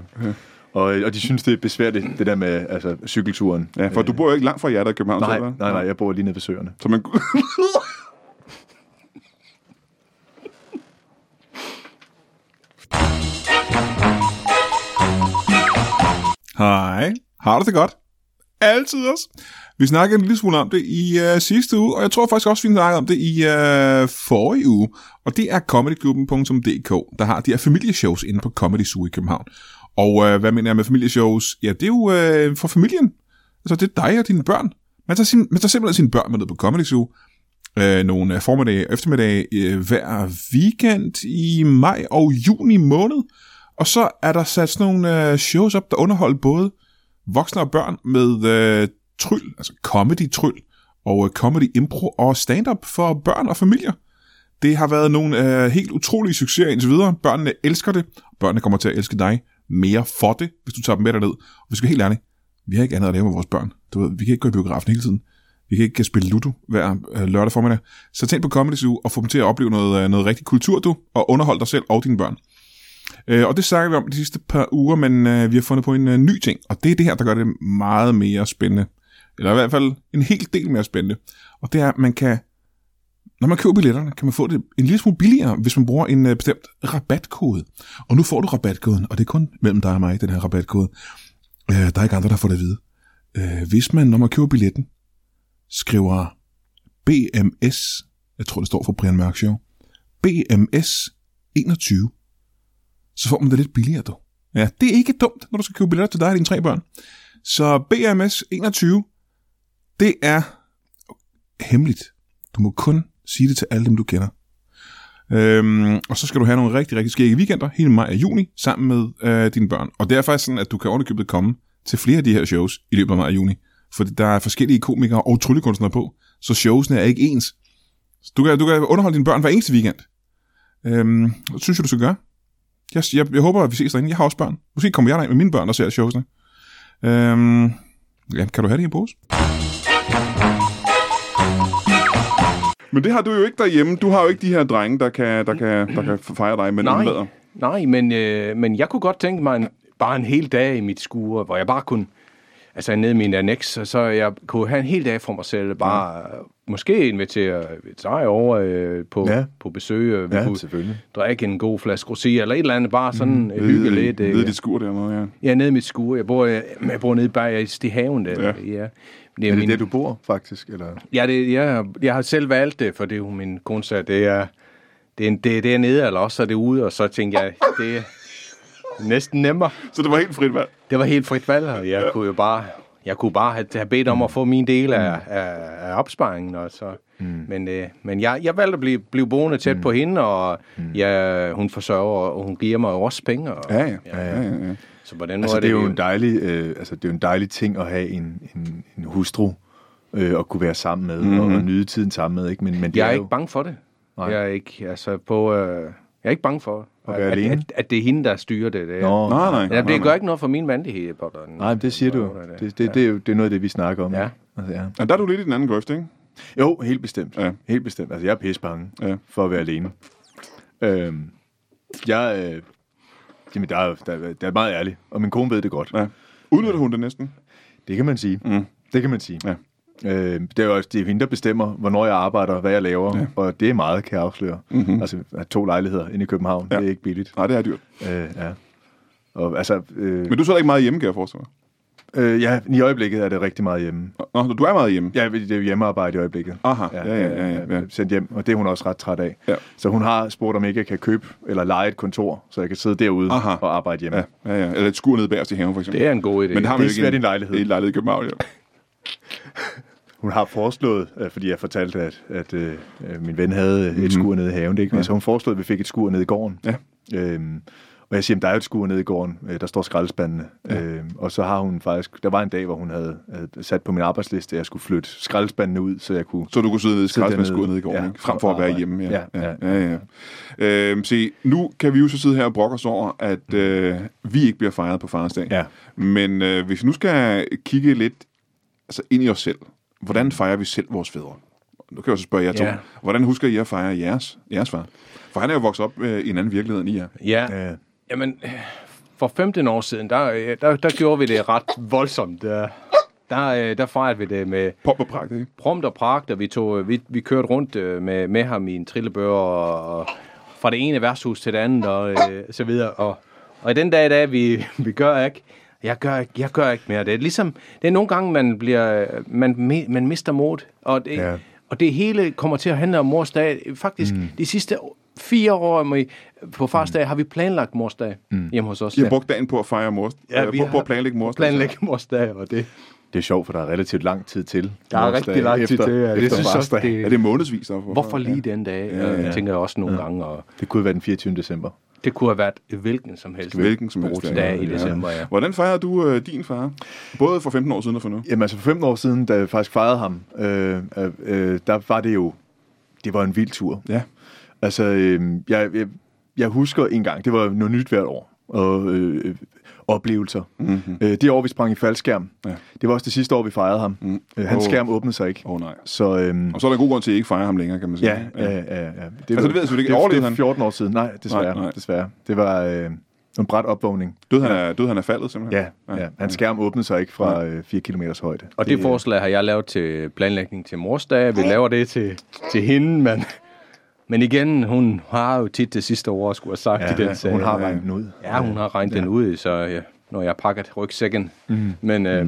Speaker 2: Og, øh, og de synes, det er besværligt, det der med altså, cykelturen.
Speaker 1: ja for du bor jo ikke langt fra hjertet af København.
Speaker 2: Nej,
Speaker 1: så,
Speaker 2: nej,
Speaker 1: eller?
Speaker 2: nej, jeg bor lige nede ved søerne.
Speaker 1: Så man...
Speaker 4: Hej. Har du det godt? Altid os. Vi snakkede en lille smule om det i øh, sidste uge, og jeg tror faktisk også, vi snakkede om det i øh, forrige uge. Og det er comedyklubben.dk, der har de her familieshows inde på Comedy Zoo i København. Og øh, hvad mener jeg med familieshows? Ja, det er jo øh, for familien. Altså, det er dig og dine børn. Man tager, sin, man tager simpelthen sine børn med ned på Comedy Zoo øh, nogle øh, formiddage og eftermiddage øh, hver weekend i maj og juni måned. Og så er der sat sådan nogle øh, shows op, der underholder både voksne og børn med øh, tryl, altså comedy-tryl, og øh, comedy-impro og stand-up for børn og familier. Det har været nogle øh, helt utrolige succeser indtil videre. Børnene elsker det. Børnene kommer til at elske dig mere for det, hvis du tager dem med derned. Og vi skal være helt ærlige, vi har ikke andet at lave med vores børn. Du ved, vi kan ikke gå i biografen hele tiden. Vi kan ikke spille Ludo hver øh, lørdag formiddag. Så tænk på Comedy Zoo og få dem til at opleve noget, øh, noget rigtig kultur, du, og underhold dig selv og dine børn. Øh, og det snakker vi om de sidste par uger, men øh, vi har fundet på en øh, ny ting, og det er det her, der gør det meget mere spændende. Eller i hvert fald en hel del mere spændende. Og det er, at man kan, når man køber billetterne, kan man få det en lille smule billigere, hvis man bruger en øh, bestemt rabatkode. Og nu får du rabatkoden, og det er kun mellem dig og mig, den her rabatkode. Øh, der er ikke andre, der får det at vide. Øh, hvis man, når man køber billetten, skriver BMS, jeg tror det står for Brian Mørk Show, BMS 21, så får man det lidt billigere, du. Ja, det er ikke dumt, når du skal købe billetter til dig og dine tre børn. Så BMS 21, det er hemmeligt. Du må kun sige det til alle dem, du kender. Øhm, og så skal du have nogle rigtig, rigtig skægge weekender hele maj og juni sammen med øh, dine børn. Og det er faktisk sådan, at du kan ordentligt komme til flere af de her shows i løbet af maj og juni. For der er forskellige komikere og tryllekunstnere på, så showsene er ikke ens. Så du kan, du kan underholde dine børn hver eneste weekend. Øhm, det synes jeg, du skal gøre. Jeg, jeg, jeg håber, at vi ses derinde. Jeg har også børn. Måske kommer jeg derind med mine børn og ser showsene. Øhm, ja, kan du have det i en pose?
Speaker 1: Men det har du jo ikke derhjemme. Du har jo ikke de her drenge, der kan, der kan, der kan fejre dig med
Speaker 3: Nej,
Speaker 1: noget
Speaker 3: nej men, øh, men jeg kunne godt tænke mig en, bare en hel dag i mit skure, hvor jeg bare kunne, altså nede i min annex, og så jeg kunne have en hel dag for mig selv, bare øh, måske invitere dig over øh, på,
Speaker 2: Ja.
Speaker 3: ja. på besøg, øh, vi
Speaker 2: Ja,
Speaker 3: kunne
Speaker 2: selvfølgelig. Mm-hmm.
Speaker 3: drikke en god flaske rosé, eller et eller andet, bare sådan mm, hygge lidt.
Speaker 1: Nede i
Speaker 3: ikke?
Speaker 1: dit skur dernede, ja.
Speaker 3: Jeg er nede i mit skure. Jeg bor, jeg, jeg bor nede bag i Stihaven. Der. Ja. ja. Det er
Speaker 2: Er det
Speaker 3: min,
Speaker 2: der, du bor, faktisk? Eller?
Speaker 3: ja, det, jeg, jeg har selv valgt det, for det er jo min kone sagde, det er, det, er, det er dernede, eller også er det ude, og så tænkte jeg, det er næsten nemmere.
Speaker 1: Så det var helt frit valg.
Speaker 3: Det var helt frit valg, og jeg kunne jo bare, jeg kunne bare have, have bedt om at få min del af, af, af opsparingen. Og så. Mm. Men, øh, men jeg, jeg valgte at blive, blive boende tæt mm. på hende, og mm. jeg, hun forsørger, og hun giver mig jo også penge. Og,
Speaker 1: Ja, ja. ja, ja, ja.
Speaker 3: Så på den måde
Speaker 2: Altså,
Speaker 3: er
Speaker 2: det er jo
Speaker 3: jo-
Speaker 2: en dejlig, øh, altså, det er jo en dejlig ting at have en, en, en hustru øh, at kunne være sammen med mm-hmm. og, og nyde tiden sammen med. Ikke? Men, men det
Speaker 3: Jeg er
Speaker 2: jo,
Speaker 3: ikke bange for det.
Speaker 2: Nej.
Speaker 3: Nej. Jeg er ikke, altså, på, øh, jeg er ikke bange for,
Speaker 2: At
Speaker 3: at,
Speaker 2: være
Speaker 3: at,
Speaker 2: alene?
Speaker 3: at, at, det er hende, der styrer det. det er.
Speaker 2: Nå,
Speaker 1: Nej, nej.
Speaker 3: Ja,
Speaker 1: nej,
Speaker 3: det
Speaker 1: nej.
Speaker 3: gør ikke noget for min vandighed. På den.
Speaker 2: Nej, men det siger du. jo. Det, det, det, det, er jo, det er noget af det, vi snakker om.
Speaker 3: Ja.
Speaker 2: ikke? Altså, ja.
Speaker 1: Ja, der er du lidt i den anden grøft, ikke?
Speaker 2: Jo, helt bestemt.
Speaker 1: Ja.
Speaker 2: Ja. Helt bestemt. Altså, jeg er pisse bange
Speaker 1: Ja.
Speaker 2: ja. for at være alene. Øhm, jeg, øh, jamen, der, er- der, er- der er meget ærlig, og min kone ved det godt.
Speaker 1: Ja. Udnytter hun det næsten?
Speaker 2: Det kan man sige. Mm. Det kan man sige.
Speaker 1: Ja.
Speaker 2: Øh, det er jo også det er hende, der bestemmer, hvornår jeg arbejder, hvad jeg laver, ja. og det er meget, kan jeg afsløre. Mm-hmm. Altså, jeg har to lejligheder inde i København, ja. det er ikke billigt.
Speaker 1: Nej, det er dyrt.
Speaker 2: Øh, ja. Og altså, øh,
Speaker 1: Men du er så heller ikke meget hjemme, kan jeg forestille mig.
Speaker 2: øh, ja, i øjeblikket er det rigtig meget hjemme.
Speaker 1: Nå, du er meget hjemme.
Speaker 2: Ja, det er jo hjemmearbejde i øjeblikket.
Speaker 1: Aha, ja, ja, ja, ja, ja.
Speaker 2: Sendt hjem, og det er hun også ret træt af.
Speaker 1: Ja.
Speaker 2: Så hun har spurgt, om ikke jeg kan købe eller lege et kontor, så jeg kan sidde derude
Speaker 1: Aha.
Speaker 2: og arbejde hjemme.
Speaker 1: Ja,
Speaker 2: Ja.
Speaker 1: ja, ja. Eller et skur nede bagerst i haven, for eksempel.
Speaker 3: Det er en god idé.
Speaker 1: Men der har man
Speaker 2: det
Speaker 1: jo ikke
Speaker 2: er svært i en lejlighed.
Speaker 1: Det er en lejlighed i København, ja.
Speaker 2: Hun har foreslået, øh, fordi jeg fortalte, at, at øh, øh, min ven havde øh, et skur nede i haven. Det, ikke? Ja. Altså, hun foreslog, at vi fik et skur nede i gården.
Speaker 1: Ja.
Speaker 2: Øhm, og jeg siger, at der er jo et skur nede i gården, øh, der står skraldespandene. Ja. Øhm, og så har hun faktisk, der var en dag, hvor hun havde, havde sat på min arbejdsliste, at jeg skulle flytte skraldespandene ud, så jeg kunne...
Speaker 1: Så du kunne sidde nede i skraldespandskuddet nede i går,
Speaker 2: dernede.
Speaker 1: ja,
Speaker 2: Ja,
Speaker 1: frem for at være
Speaker 2: arbejde.
Speaker 1: hjemme. Ja,
Speaker 2: Ja,
Speaker 1: ja, ja. ja. Øhm, se, nu kan vi jo så sidde her og brokke os over, at øh, vi ikke bliver fejret på fars dag.
Speaker 2: Ja.
Speaker 1: Men øh, hvis vi nu skal kigge lidt altså ind i os selv, hvordan fejrer vi selv vores fædre? Nu kan jeg også spørge jer to.
Speaker 3: Ja.
Speaker 1: Hvordan husker I at fejre jeres, jeres far? For han er jo vokset op øh, i en anden virkelighed end I er.
Speaker 3: Ja.
Speaker 2: Øh,
Speaker 3: Jamen, øh, for 15 år siden, der, øh, der, der gjorde vi det ret voldsomt. Der, der, øh, der fejrede vi det med
Speaker 1: Pop og pragt, ikke?
Speaker 3: prompt og pragt, og vi, tog, øh, vi, vi kørte rundt øh, med, med ham i en trillebør, og, og fra det ene værtshus til det andet, og øh, så videre. Og, og i den dag i dag, vi, vi gør ikke, Jeg gør, ikke- jeg gør ikke mere det. er Ligesom, det er nogle gange, man, bliver, man, mi- man mister mod, og det,
Speaker 2: Ja.
Speaker 3: ja. og det hele kommer til at handle om mors dag. Faktisk, mm. de sidste fire år med- på fars dag har vi planlagt mors dag mm. hjemme hos os.
Speaker 1: De har brugt dagen på at fejre mors. Ja, vi på, har... på at planlægge mors.
Speaker 3: Planlægge mors dag, og det...
Speaker 2: Det er sjovt, for der er relativt lang tid til.
Speaker 3: Der er
Speaker 2: Morsdag
Speaker 3: rigtig lang tid
Speaker 2: efter-
Speaker 3: til, ja. Det
Speaker 2: Efter
Speaker 3: synes jeg også,
Speaker 2: farsdag.
Speaker 1: Er det månedsvis? Der, for
Speaker 3: Hvorfor lige den dag, ja, ja. tænker jeg også nogle ja. gange. Og
Speaker 2: Det kunne være den 24. december.
Speaker 3: det kunne have været hvilken som helst.
Speaker 1: Hvilken som helst dag.
Speaker 3: dag i december, ja.
Speaker 1: Hvordan fejrer du øh, din far? Både for 15 år siden og for nu.
Speaker 2: Jamen altså for 15 år siden, da jeg faktisk fejrede ham, øh, øh, øh, der var det jo, det var en vild tur.
Speaker 1: Ja.
Speaker 2: Altså, øh, jeg, jeg, jeg husker en gang, det var noget nyt hvert år, og øh, øh, oplevelser. Mm-hmm. Øh, det år, vi sprang i faldskærm,
Speaker 1: Ja.
Speaker 2: det var også det sidste år, vi fejrede ham. Mm. Øh, hans
Speaker 1: Åh.
Speaker 2: skærm åbnede sig ikke.
Speaker 1: Åh oh, nej.
Speaker 2: Så øh,
Speaker 1: Og så er der en god grund til, at I ikke fejrer ham længere, kan man sige.
Speaker 2: ja, øh, ja, ja, ja. Det,
Speaker 1: Altså, det ved jeg selvfølgelig ikke.
Speaker 2: det,
Speaker 1: Overlevede
Speaker 2: det er
Speaker 1: han?
Speaker 2: 14 år siden. Nej, desværre.
Speaker 1: Nej,
Speaker 2: Nej,
Speaker 1: nej.
Speaker 2: nej. desværre. Det var øh, en bræt opvågning.
Speaker 1: Død han er, død, han er faldet, simpelthen?
Speaker 2: Ja, ja. Hans skærm åbnede sig ikke fra øh, 4 km højde.
Speaker 3: Og det forslag har jeg lavet til planlægning til mors dag. Vi laver det til, til hende, men, men igen, hun har jo tit det sidste år at skulle have sagt ja, i den sag.
Speaker 2: hun har regnet den ud.
Speaker 3: øh, Ja, hun har regnet ja. den ud, så ja, når jeg har pakket rygsækken. Mm. Men, øh,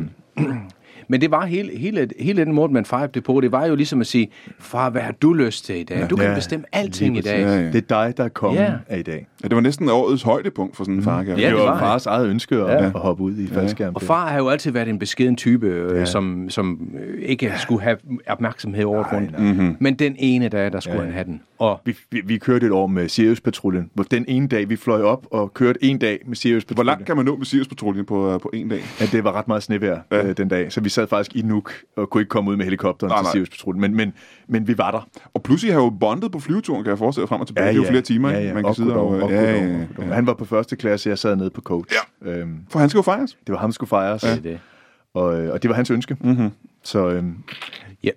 Speaker 3: men det var hele, hele, hele den måde, man fejrede det på. Det var jo ligesom at sige, far, hvad har du lyst til i dag? Du kan
Speaker 2: Ja,
Speaker 3: bestemme alting i dag.
Speaker 1: præcis. Ja, ja.
Speaker 2: Det er dig, der er kongen
Speaker 3: Ja.
Speaker 2: af i dag.
Speaker 1: ja. Det var næsten årets højdepunkt for sådan en far, kan jeg
Speaker 3: Ja,
Speaker 1: sige.
Speaker 2: Mhm. det var
Speaker 3: det.
Speaker 2: fars eget ønske at,
Speaker 3: Ja.
Speaker 2: at hoppe ud i faldskærm.
Speaker 3: Og far har jo altid været en beskeden type, ja. som, som øh, ikke skulle have opmærksomhed over rundt. Mm-hmm. Men den ene dag, der skulle ja. han have den. Og
Speaker 2: Vi, vi, vi kørte et år med Sirius-patruljen, hvor den ene dag, vi fløj op og kørte en dag med Sirius-patruljen.
Speaker 1: Hvor langt kan man nå med Sirius-patruljen på, øh, på en dag?
Speaker 2: at det var ret meget snevejr ja. øh, den dag, så vi sad faktisk i Nuuk og kunne ikke komme ud med helikopteren
Speaker 1: Nej,
Speaker 2: nej, til
Speaker 1: nej.
Speaker 2: Sirius-patruljen, men, men, men vi var der.
Speaker 1: Og pludselig har jo bondet på flyveturen, kan jeg forestille mig, frem og tilbage. det er jo flere timer,
Speaker 2: ja,
Speaker 1: ikke?
Speaker 2: ja.
Speaker 1: man kan sidde og... øh,
Speaker 2: og,
Speaker 1: ja, ja, ja.
Speaker 2: Han var på første klasse, jeg sad nede på coach. Ja. Øhm,
Speaker 1: For han skal jo fejres.
Speaker 2: det var ham, der skulle fejres,
Speaker 3: det er det.
Speaker 2: og, øh, og det var hans ønske.
Speaker 1: Mhm.
Speaker 2: Mm-hmm. Så øhm,
Speaker 3: Ja.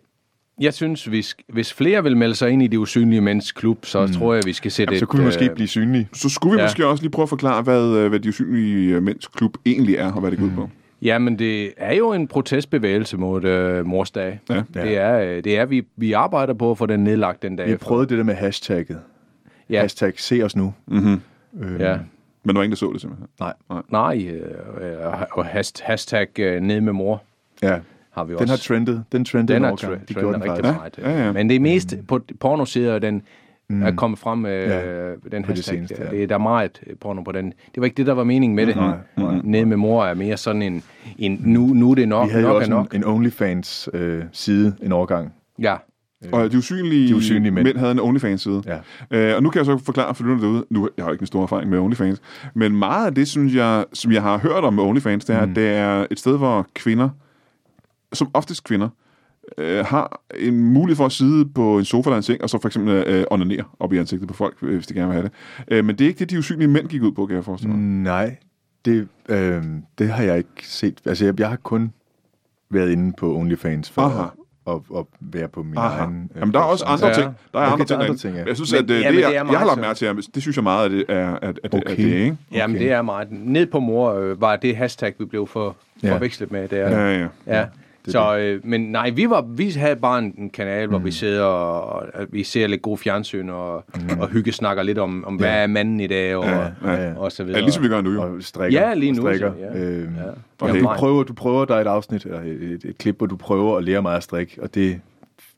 Speaker 3: Jeg synes, hvis, hvis flere vil melde sig ind i det usynlige mænds klub, så mm. tror jeg, vi skal sætte
Speaker 2: så
Speaker 3: et,
Speaker 2: kunne vi måske
Speaker 3: øh,
Speaker 2: blive synlige.
Speaker 1: Så skulle vi ja.
Speaker 3: Ja.
Speaker 1: måske også lige prøve at forklare, hvad, øh, hvad de usynlige øh, mænds klub egentlig er, og hvad det går ud
Speaker 2: Mhm.
Speaker 1: på.
Speaker 3: Jamen, øh, det er jo en protestbevægelse mod øh, morsdag.
Speaker 1: Ja.
Speaker 3: Det er, øh, det er vi, vi arbejder på at få den nedlagt den dag.
Speaker 2: Vi prøvede det der med hashtagget.
Speaker 3: ja.
Speaker 2: Hashtag se os nu.
Speaker 3: ja.
Speaker 1: Men der var ingen, der så det simpelthen.
Speaker 2: Nej.
Speaker 3: Nej, øh, øh, og hast, hashtag øh, ned med mor
Speaker 2: Ja.
Speaker 3: har vi
Speaker 2: Den
Speaker 3: også.
Speaker 2: har trendet. Den trendede
Speaker 3: den
Speaker 2: en
Speaker 3: har
Speaker 2: overgang.
Speaker 3: tre-
Speaker 2: De
Speaker 3: trendet
Speaker 2: gjorde den
Speaker 3: rigtig
Speaker 2: faktisk.
Speaker 3: meget.
Speaker 1: Ja, ja.
Speaker 3: Men det er mest på pornoserier, den mm. er kommet frem med
Speaker 2: Ja,
Speaker 3: øh, den hashtag.
Speaker 2: seneste,
Speaker 3: der.
Speaker 2: ja.
Speaker 3: det, der er meget øh, porno på den. Det var ikke det, der var meningen med det. Nej, Ned med mor er mere sådan en, en nu, nu er det nok,
Speaker 2: Vi havde
Speaker 3: nok
Speaker 2: jo
Speaker 3: er
Speaker 2: også
Speaker 3: nok.
Speaker 2: en, en OnlyFans-side øh, side en overgang.
Speaker 3: Ja.
Speaker 1: Og de usynlige,
Speaker 2: De usynlige mænd.
Speaker 1: mænd havde en OnlyFans-side.
Speaker 2: Ja.
Speaker 1: Øh, og nu kan jeg så forklare for lytterne derude, nu jeg har jo ikke en stor erfaring med OnlyFans, men meget af det, synes jeg, som jeg har hørt om med OnlyFans, det er, mm. det er et sted, hvor kvinder, som oftest kvinder, øh, har en mulighed for at sidde på en sofa eller en seng, og så for eksempel øh, onanere op i ansigtet på folk, øh, hvis de gerne vil have det. Øh, men det er ikke det, de usynlige mænd gik ud på, kan jeg forestille mig. Mm.
Speaker 2: Nej, det, øh, det har jeg ikke set. Altså, jeg, jeg har kun været inde på OnlyFans for
Speaker 1: Aha.
Speaker 2: at, at, at være på min
Speaker 1: Aha.
Speaker 2: egen... øh,
Speaker 1: Jamen, der er også andre
Speaker 2: Ja.
Speaker 1: ting. Der er
Speaker 2: Okay,
Speaker 1: andre
Speaker 2: der er
Speaker 1: ting.
Speaker 2: andre
Speaker 1: derinde.
Speaker 2: ting, ja.
Speaker 1: Jeg synes,
Speaker 3: Men-
Speaker 1: at øh,
Speaker 3: ja,
Speaker 1: det,
Speaker 3: men
Speaker 1: jeg,
Speaker 3: det er
Speaker 1: jeg
Speaker 3: meget
Speaker 1: har lagt
Speaker 3: sådan.
Speaker 1: mærke til, at det synes jeg meget, at det er, at, at, at, okay. at
Speaker 2: Okay.
Speaker 1: det er, ikke?
Speaker 3: Jamen, det er meget. Ned på mor øh, var det hashtag, vi blev for,
Speaker 2: Ja.
Speaker 3: forvekslet med. Det er,
Speaker 1: Ja, ja.
Speaker 3: Ja. Så, øh, men nej, vi, var, vi havde bare en, en kanal,
Speaker 2: Mm.
Speaker 3: hvor vi sidder og, og vi ser lidt god fjernsyn og, mm. og hygge snakker lidt om, om hvad er manden i dag og, ja,
Speaker 1: ja.
Speaker 3: ja. og så videre.
Speaker 1: Ja, ligesom vi gør nu jo.
Speaker 2: Og strikker.
Speaker 3: Øhm, Ja, lige nu,
Speaker 2: Og strikker.
Speaker 3: så, ja.
Speaker 2: Øh, ja.
Speaker 1: Okay.
Speaker 2: Du, prøver, du prøver, der er et afsnit, eller et, et, et klip, hvor du prøver at lære mig at strikke, og det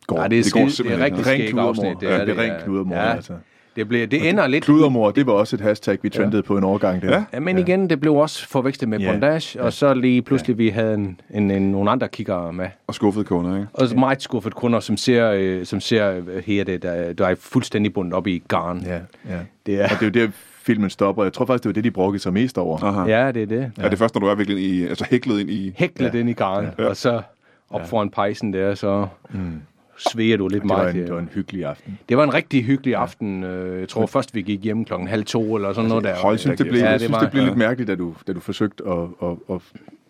Speaker 2: går.
Speaker 3: Nej, det er,
Speaker 1: det
Speaker 3: det
Speaker 1: går
Speaker 3: går det
Speaker 1: simpelthen
Speaker 3: er rigtig
Speaker 2: ikke. Ren
Speaker 3: skægt
Speaker 2: kludermor.
Speaker 3: afsnit.
Speaker 2: Ja,
Speaker 3: er
Speaker 2: det er ren kludermor, altså.
Speaker 3: Det, bliver, det ender lidt...
Speaker 2: Kludermor, det var også et hashtag, vi trendede på en overgang der.
Speaker 1: Ja.
Speaker 3: Ja, men igen, det blev også forvekslet med
Speaker 2: Ja.
Speaker 3: bondage, og så lige pludselig, vi havde en, en, en, nogle andre kiggere med.
Speaker 1: Og skuffede kunder, ikke?
Speaker 3: Og så meget skuffet kunder, som ser, øh, som ser øh, her det, der, der er fuldstændig bundet op i garn.
Speaker 2: Ja, ja. Det er. Og det er jo der, filmen stopper. Jeg tror faktisk, det var det, de brokkede sig mest over.
Speaker 1: Aha.
Speaker 3: ja det er det.
Speaker 1: Ja. Er det først, når du er virkelig i, altså hæklet ind i...
Speaker 3: hækle ja. den i garn, ja. og så op ja. foran pejsen der, så mm. sveger du lidt
Speaker 2: Det var,
Speaker 3: meget.
Speaker 2: en,
Speaker 3: Det
Speaker 2: det var
Speaker 3: var,
Speaker 2: en hyggelig aften.
Speaker 3: det var en rigtig hyggelig aften. Øh, Jeg tror først, vi gik hjem klokken halv to, eller sådan noget der.
Speaker 1: Hold, jeg synes, det blev,
Speaker 3: Ja,
Speaker 1: ja,
Speaker 2: Altså, jeg synes,
Speaker 3: det var-
Speaker 2: det blev
Speaker 1: ja.
Speaker 2: lidt mærkeligt, da du, da du forsøgte at, at, at,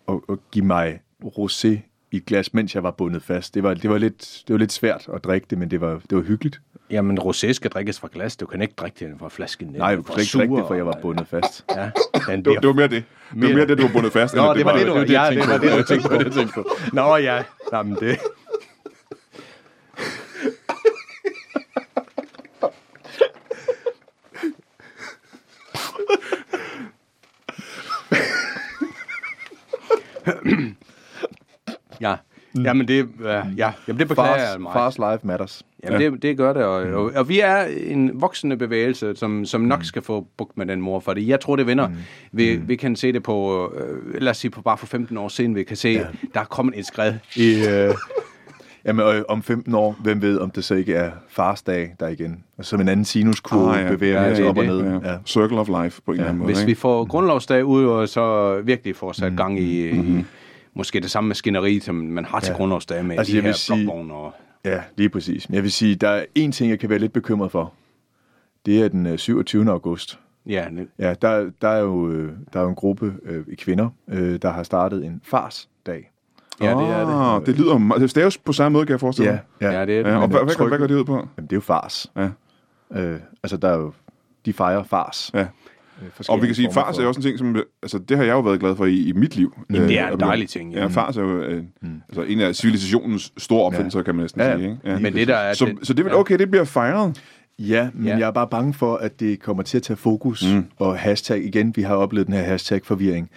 Speaker 2: at, at give mig rosé i et glas, mens jeg var bundet fast. Det var, det var, lidt, det var lidt svært at drikke det, men det var, det var hyggeligt.
Speaker 3: Jamen, rosé skal drikkes fra glas. Du kan ikke drikke den fra flasken.
Speaker 2: Nej, du
Speaker 3: Den er
Speaker 2: kunne ikke drikke det,
Speaker 3: sur,
Speaker 2: for jeg var bundet fast.
Speaker 3: og- Ja, den
Speaker 1: Det var,
Speaker 3: bliver...
Speaker 1: det var mere det. Det var mere det, du var bundet fast.
Speaker 3: Nå,
Speaker 1: eller
Speaker 3: det var det, du...
Speaker 2: det, jeg
Speaker 3: Ja, det
Speaker 2: tænkte
Speaker 3: var
Speaker 2: på.
Speaker 3: det, du tænkte på. Det tænkte på. Nå, ja. Jamen, det... Ja. Jamen det, øh, ja. Jamen, det beklager jeg
Speaker 2: Mm. Fars,
Speaker 3: meget.
Speaker 2: fars life matters.
Speaker 3: Jamen, det, det gør det, og, og, og vi er en voksende bevægelse, som, som nok skal få bukt med den mor, fordi jeg tror, det vender. Mm. Vi, vi kan se det på, øh, lad os sige, på bare for 15 år siden, vi kan se, ja. der er kommet et skred.
Speaker 2: I, øh, jamen, øh, om 15 år, hvem ved, om det så ikke er fars dag, der igen. Og som en anden sinuskurve
Speaker 1: Ah,
Speaker 2: ah,
Speaker 1: ja.
Speaker 2: ja. bevæger
Speaker 3: Ja,
Speaker 2: ja,
Speaker 3: det er
Speaker 2: op og
Speaker 3: det.
Speaker 2: ned.
Speaker 1: Ja.
Speaker 2: Ja.
Speaker 1: Ja. Circle of life på en ja, eller anden måde.
Speaker 3: Hvis vi
Speaker 1: ikke?
Speaker 3: får grundlovsdag ud, og så virkelig får sat gang i, i måske det samme maskineri, som man har til ja. grundlovsdag med
Speaker 2: Altså,
Speaker 3: altså, de
Speaker 2: jeg
Speaker 3: her
Speaker 2: vil sige-
Speaker 3: blokvogne og...
Speaker 2: ja, lige præcis. Men Jeg vil sige, der er én ting, jeg kan være lidt bekymret for. Det er den øh, 27. august.
Speaker 3: Ja, det-
Speaker 2: Ja, der, der, er, jo, øh, der er jo en gruppe øh, kvinder, øh, der har startet en fars dag.
Speaker 3: ja det er det.
Speaker 1: Ah, det lyder meget. Det staves på samme måde, kan jeg forestille mig.
Speaker 3: Ja, det er det.
Speaker 1: Ja, og
Speaker 2: Men,
Speaker 1: hvad,
Speaker 2: øh,
Speaker 1: hvad, gør,
Speaker 2: tryk-
Speaker 1: hvad gør det ud på?
Speaker 2: Jamen, det er jo fars.
Speaker 1: Ja.
Speaker 2: Øh, altså, der er jo, de fejrer fars.
Speaker 1: Ja.
Speaker 2: Øh,
Speaker 1: Og vi
Speaker 2: forskellige
Speaker 1: kan sige,
Speaker 2: former
Speaker 1: fars
Speaker 2: for-
Speaker 1: er jo også en ting, som... Altså, det har jeg jo været glad for i, i mit liv. Øh,
Speaker 3: det er en
Speaker 1: at-
Speaker 3: dejlig ting, Mm. ja.
Speaker 1: Ja, fars er jo øh, altså, en af civilisationens store opfindelser, kan man næsten
Speaker 2: Ja, ja.
Speaker 1: sige. Ikke? Ja.
Speaker 3: Men det, der er...
Speaker 1: så,
Speaker 3: den-
Speaker 1: så det vil okay, det bliver fejret.
Speaker 2: Ja, men
Speaker 3: Ja.
Speaker 2: ja. jeg er bare bange for, at det kommer til at tage fokus. Mm. Og hashtag igen, vi har oplevet den her hashtag-forvirring.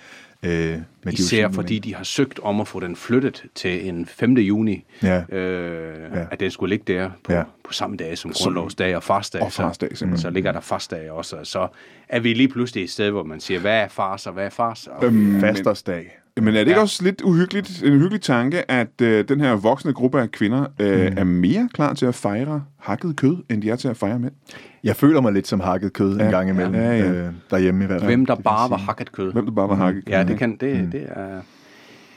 Speaker 2: Øh, men det er jo
Speaker 3: Især
Speaker 2: sådan,
Speaker 3: fordi de har søgt om at få den flyttet til en 5. juni,
Speaker 2: Ja.
Speaker 3: Øh,
Speaker 2: Ja.
Speaker 3: at den skulle ligge der på, ja.
Speaker 2: Ja.
Speaker 3: på samme dag som grundlovsdag og farsdag.
Speaker 1: Og farsdag,
Speaker 3: så,
Speaker 1: simpelthen.
Speaker 3: så ligger der farsdag også. og Så er vi lige pludselig et sted, hvor man siger, hvad er fars og hvad er fars? Og,
Speaker 2: man- Fastersdag.
Speaker 1: Men er det ikke
Speaker 3: Ja.
Speaker 1: ja. også lidt uhyggeligt, en hyggelig tanke, at øh, den her voksende gruppe af kvinder øh, mm. er mere klar til at fejre hakket kød, end de er til at fejre mænd?
Speaker 2: Jeg føler mig lidt som hakket kød ja. en gang imellem.
Speaker 1: Ja, ja.
Speaker 2: Øh, derhjemme i hvert fald.
Speaker 3: hvem der
Speaker 2: Det kan
Speaker 3: bare
Speaker 2: jeg
Speaker 3: var
Speaker 2: sige.
Speaker 3: hakket kød.
Speaker 1: Hvem der bare var hakket kød?
Speaker 3: Mm. Ja, det
Speaker 1: ikke?
Speaker 3: kan det, det er...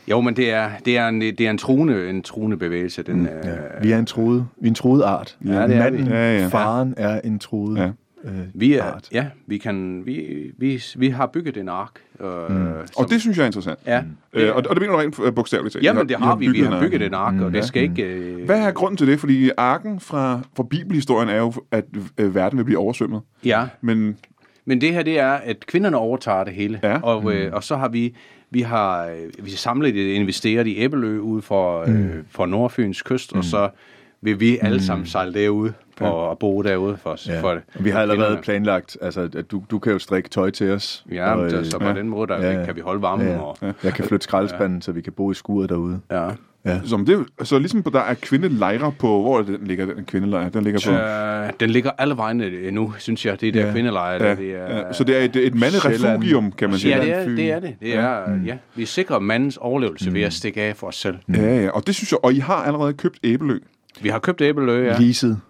Speaker 3: Jo, men det er, det er, en, det er en, truende, en truende bevægelse. Den, mm, øh,
Speaker 2: Ja. Vi er en troet, vi er en troet art.
Speaker 3: Ja, det er
Speaker 2: Manden,
Speaker 3: vi.
Speaker 1: Ja, ja.
Speaker 2: faren er en troet
Speaker 1: Ja.
Speaker 2: ja. øh,
Speaker 3: vi, er,
Speaker 2: art.
Speaker 3: ja, vi, kan, vi, vi, vi har bygget en ark. Øh, mm.
Speaker 1: Og det synes jeg er interessant.
Speaker 3: Ja.
Speaker 1: Øh, og, og det mener du rent øh, bogstaveligt talt.
Speaker 3: Jamen, det har vi. Vi har
Speaker 1: en
Speaker 3: bygget
Speaker 1: ark.
Speaker 3: en ark, og det skal ikke... øh,
Speaker 1: Hvad er grunden til det? Fordi arken fra, fra bibelhistorien er jo, at øh, verden vil blive oversvømmet.
Speaker 3: Ja,
Speaker 1: Men
Speaker 3: men det her, det er, at kvinderne overtager det hele.
Speaker 1: Ja.
Speaker 3: Og, øh, og så har vi, vi har øh, vi har samlet det, investeret i Æbelø ude for, øh, for Nordfyns kyst, og så vil vi alle sammen sejle derude for, og bo derude for, ja.
Speaker 2: Ja.
Speaker 3: for
Speaker 2: Og vi har allerede
Speaker 3: kvinderne.
Speaker 2: planlagt, altså, at du, du kan jo strikke tøj til os.
Speaker 3: Ja,
Speaker 2: og,
Speaker 3: men
Speaker 2: øh,
Speaker 3: så, så på
Speaker 1: ja.
Speaker 3: den måde, der
Speaker 2: Ja, ja.
Speaker 3: kan vi holde varmen.
Speaker 2: ja,
Speaker 3: Og,
Speaker 2: ja. Jeg kan flytte skraldespanden, så vi kan bo i skuret derude.
Speaker 3: ja.
Speaker 1: som det, så ligesom på, der er kvindelejre på... Hvor er det, den ligger, den kvindelejre? Den ligger på...
Speaker 3: Øh, den ligger alle vegne nu, synes jeg. Det er der ja. kvindelejre. der,
Speaker 1: Ja,
Speaker 3: det er,
Speaker 1: ja. Så det er et, et manderefugium, kan man sige.
Speaker 3: Ja, det
Speaker 2: Sjælland,
Speaker 3: er
Speaker 2: Fyn.
Speaker 3: det. Er det. det er, ja. Ja. Vi sikrer mandens overlevelse ved at stikke af for os selv.
Speaker 1: Ja, ja, og det synes jeg, og I har allerede købt æbelø.
Speaker 3: Vi har købt æbelø, ja.
Speaker 2: Ja. Leaset.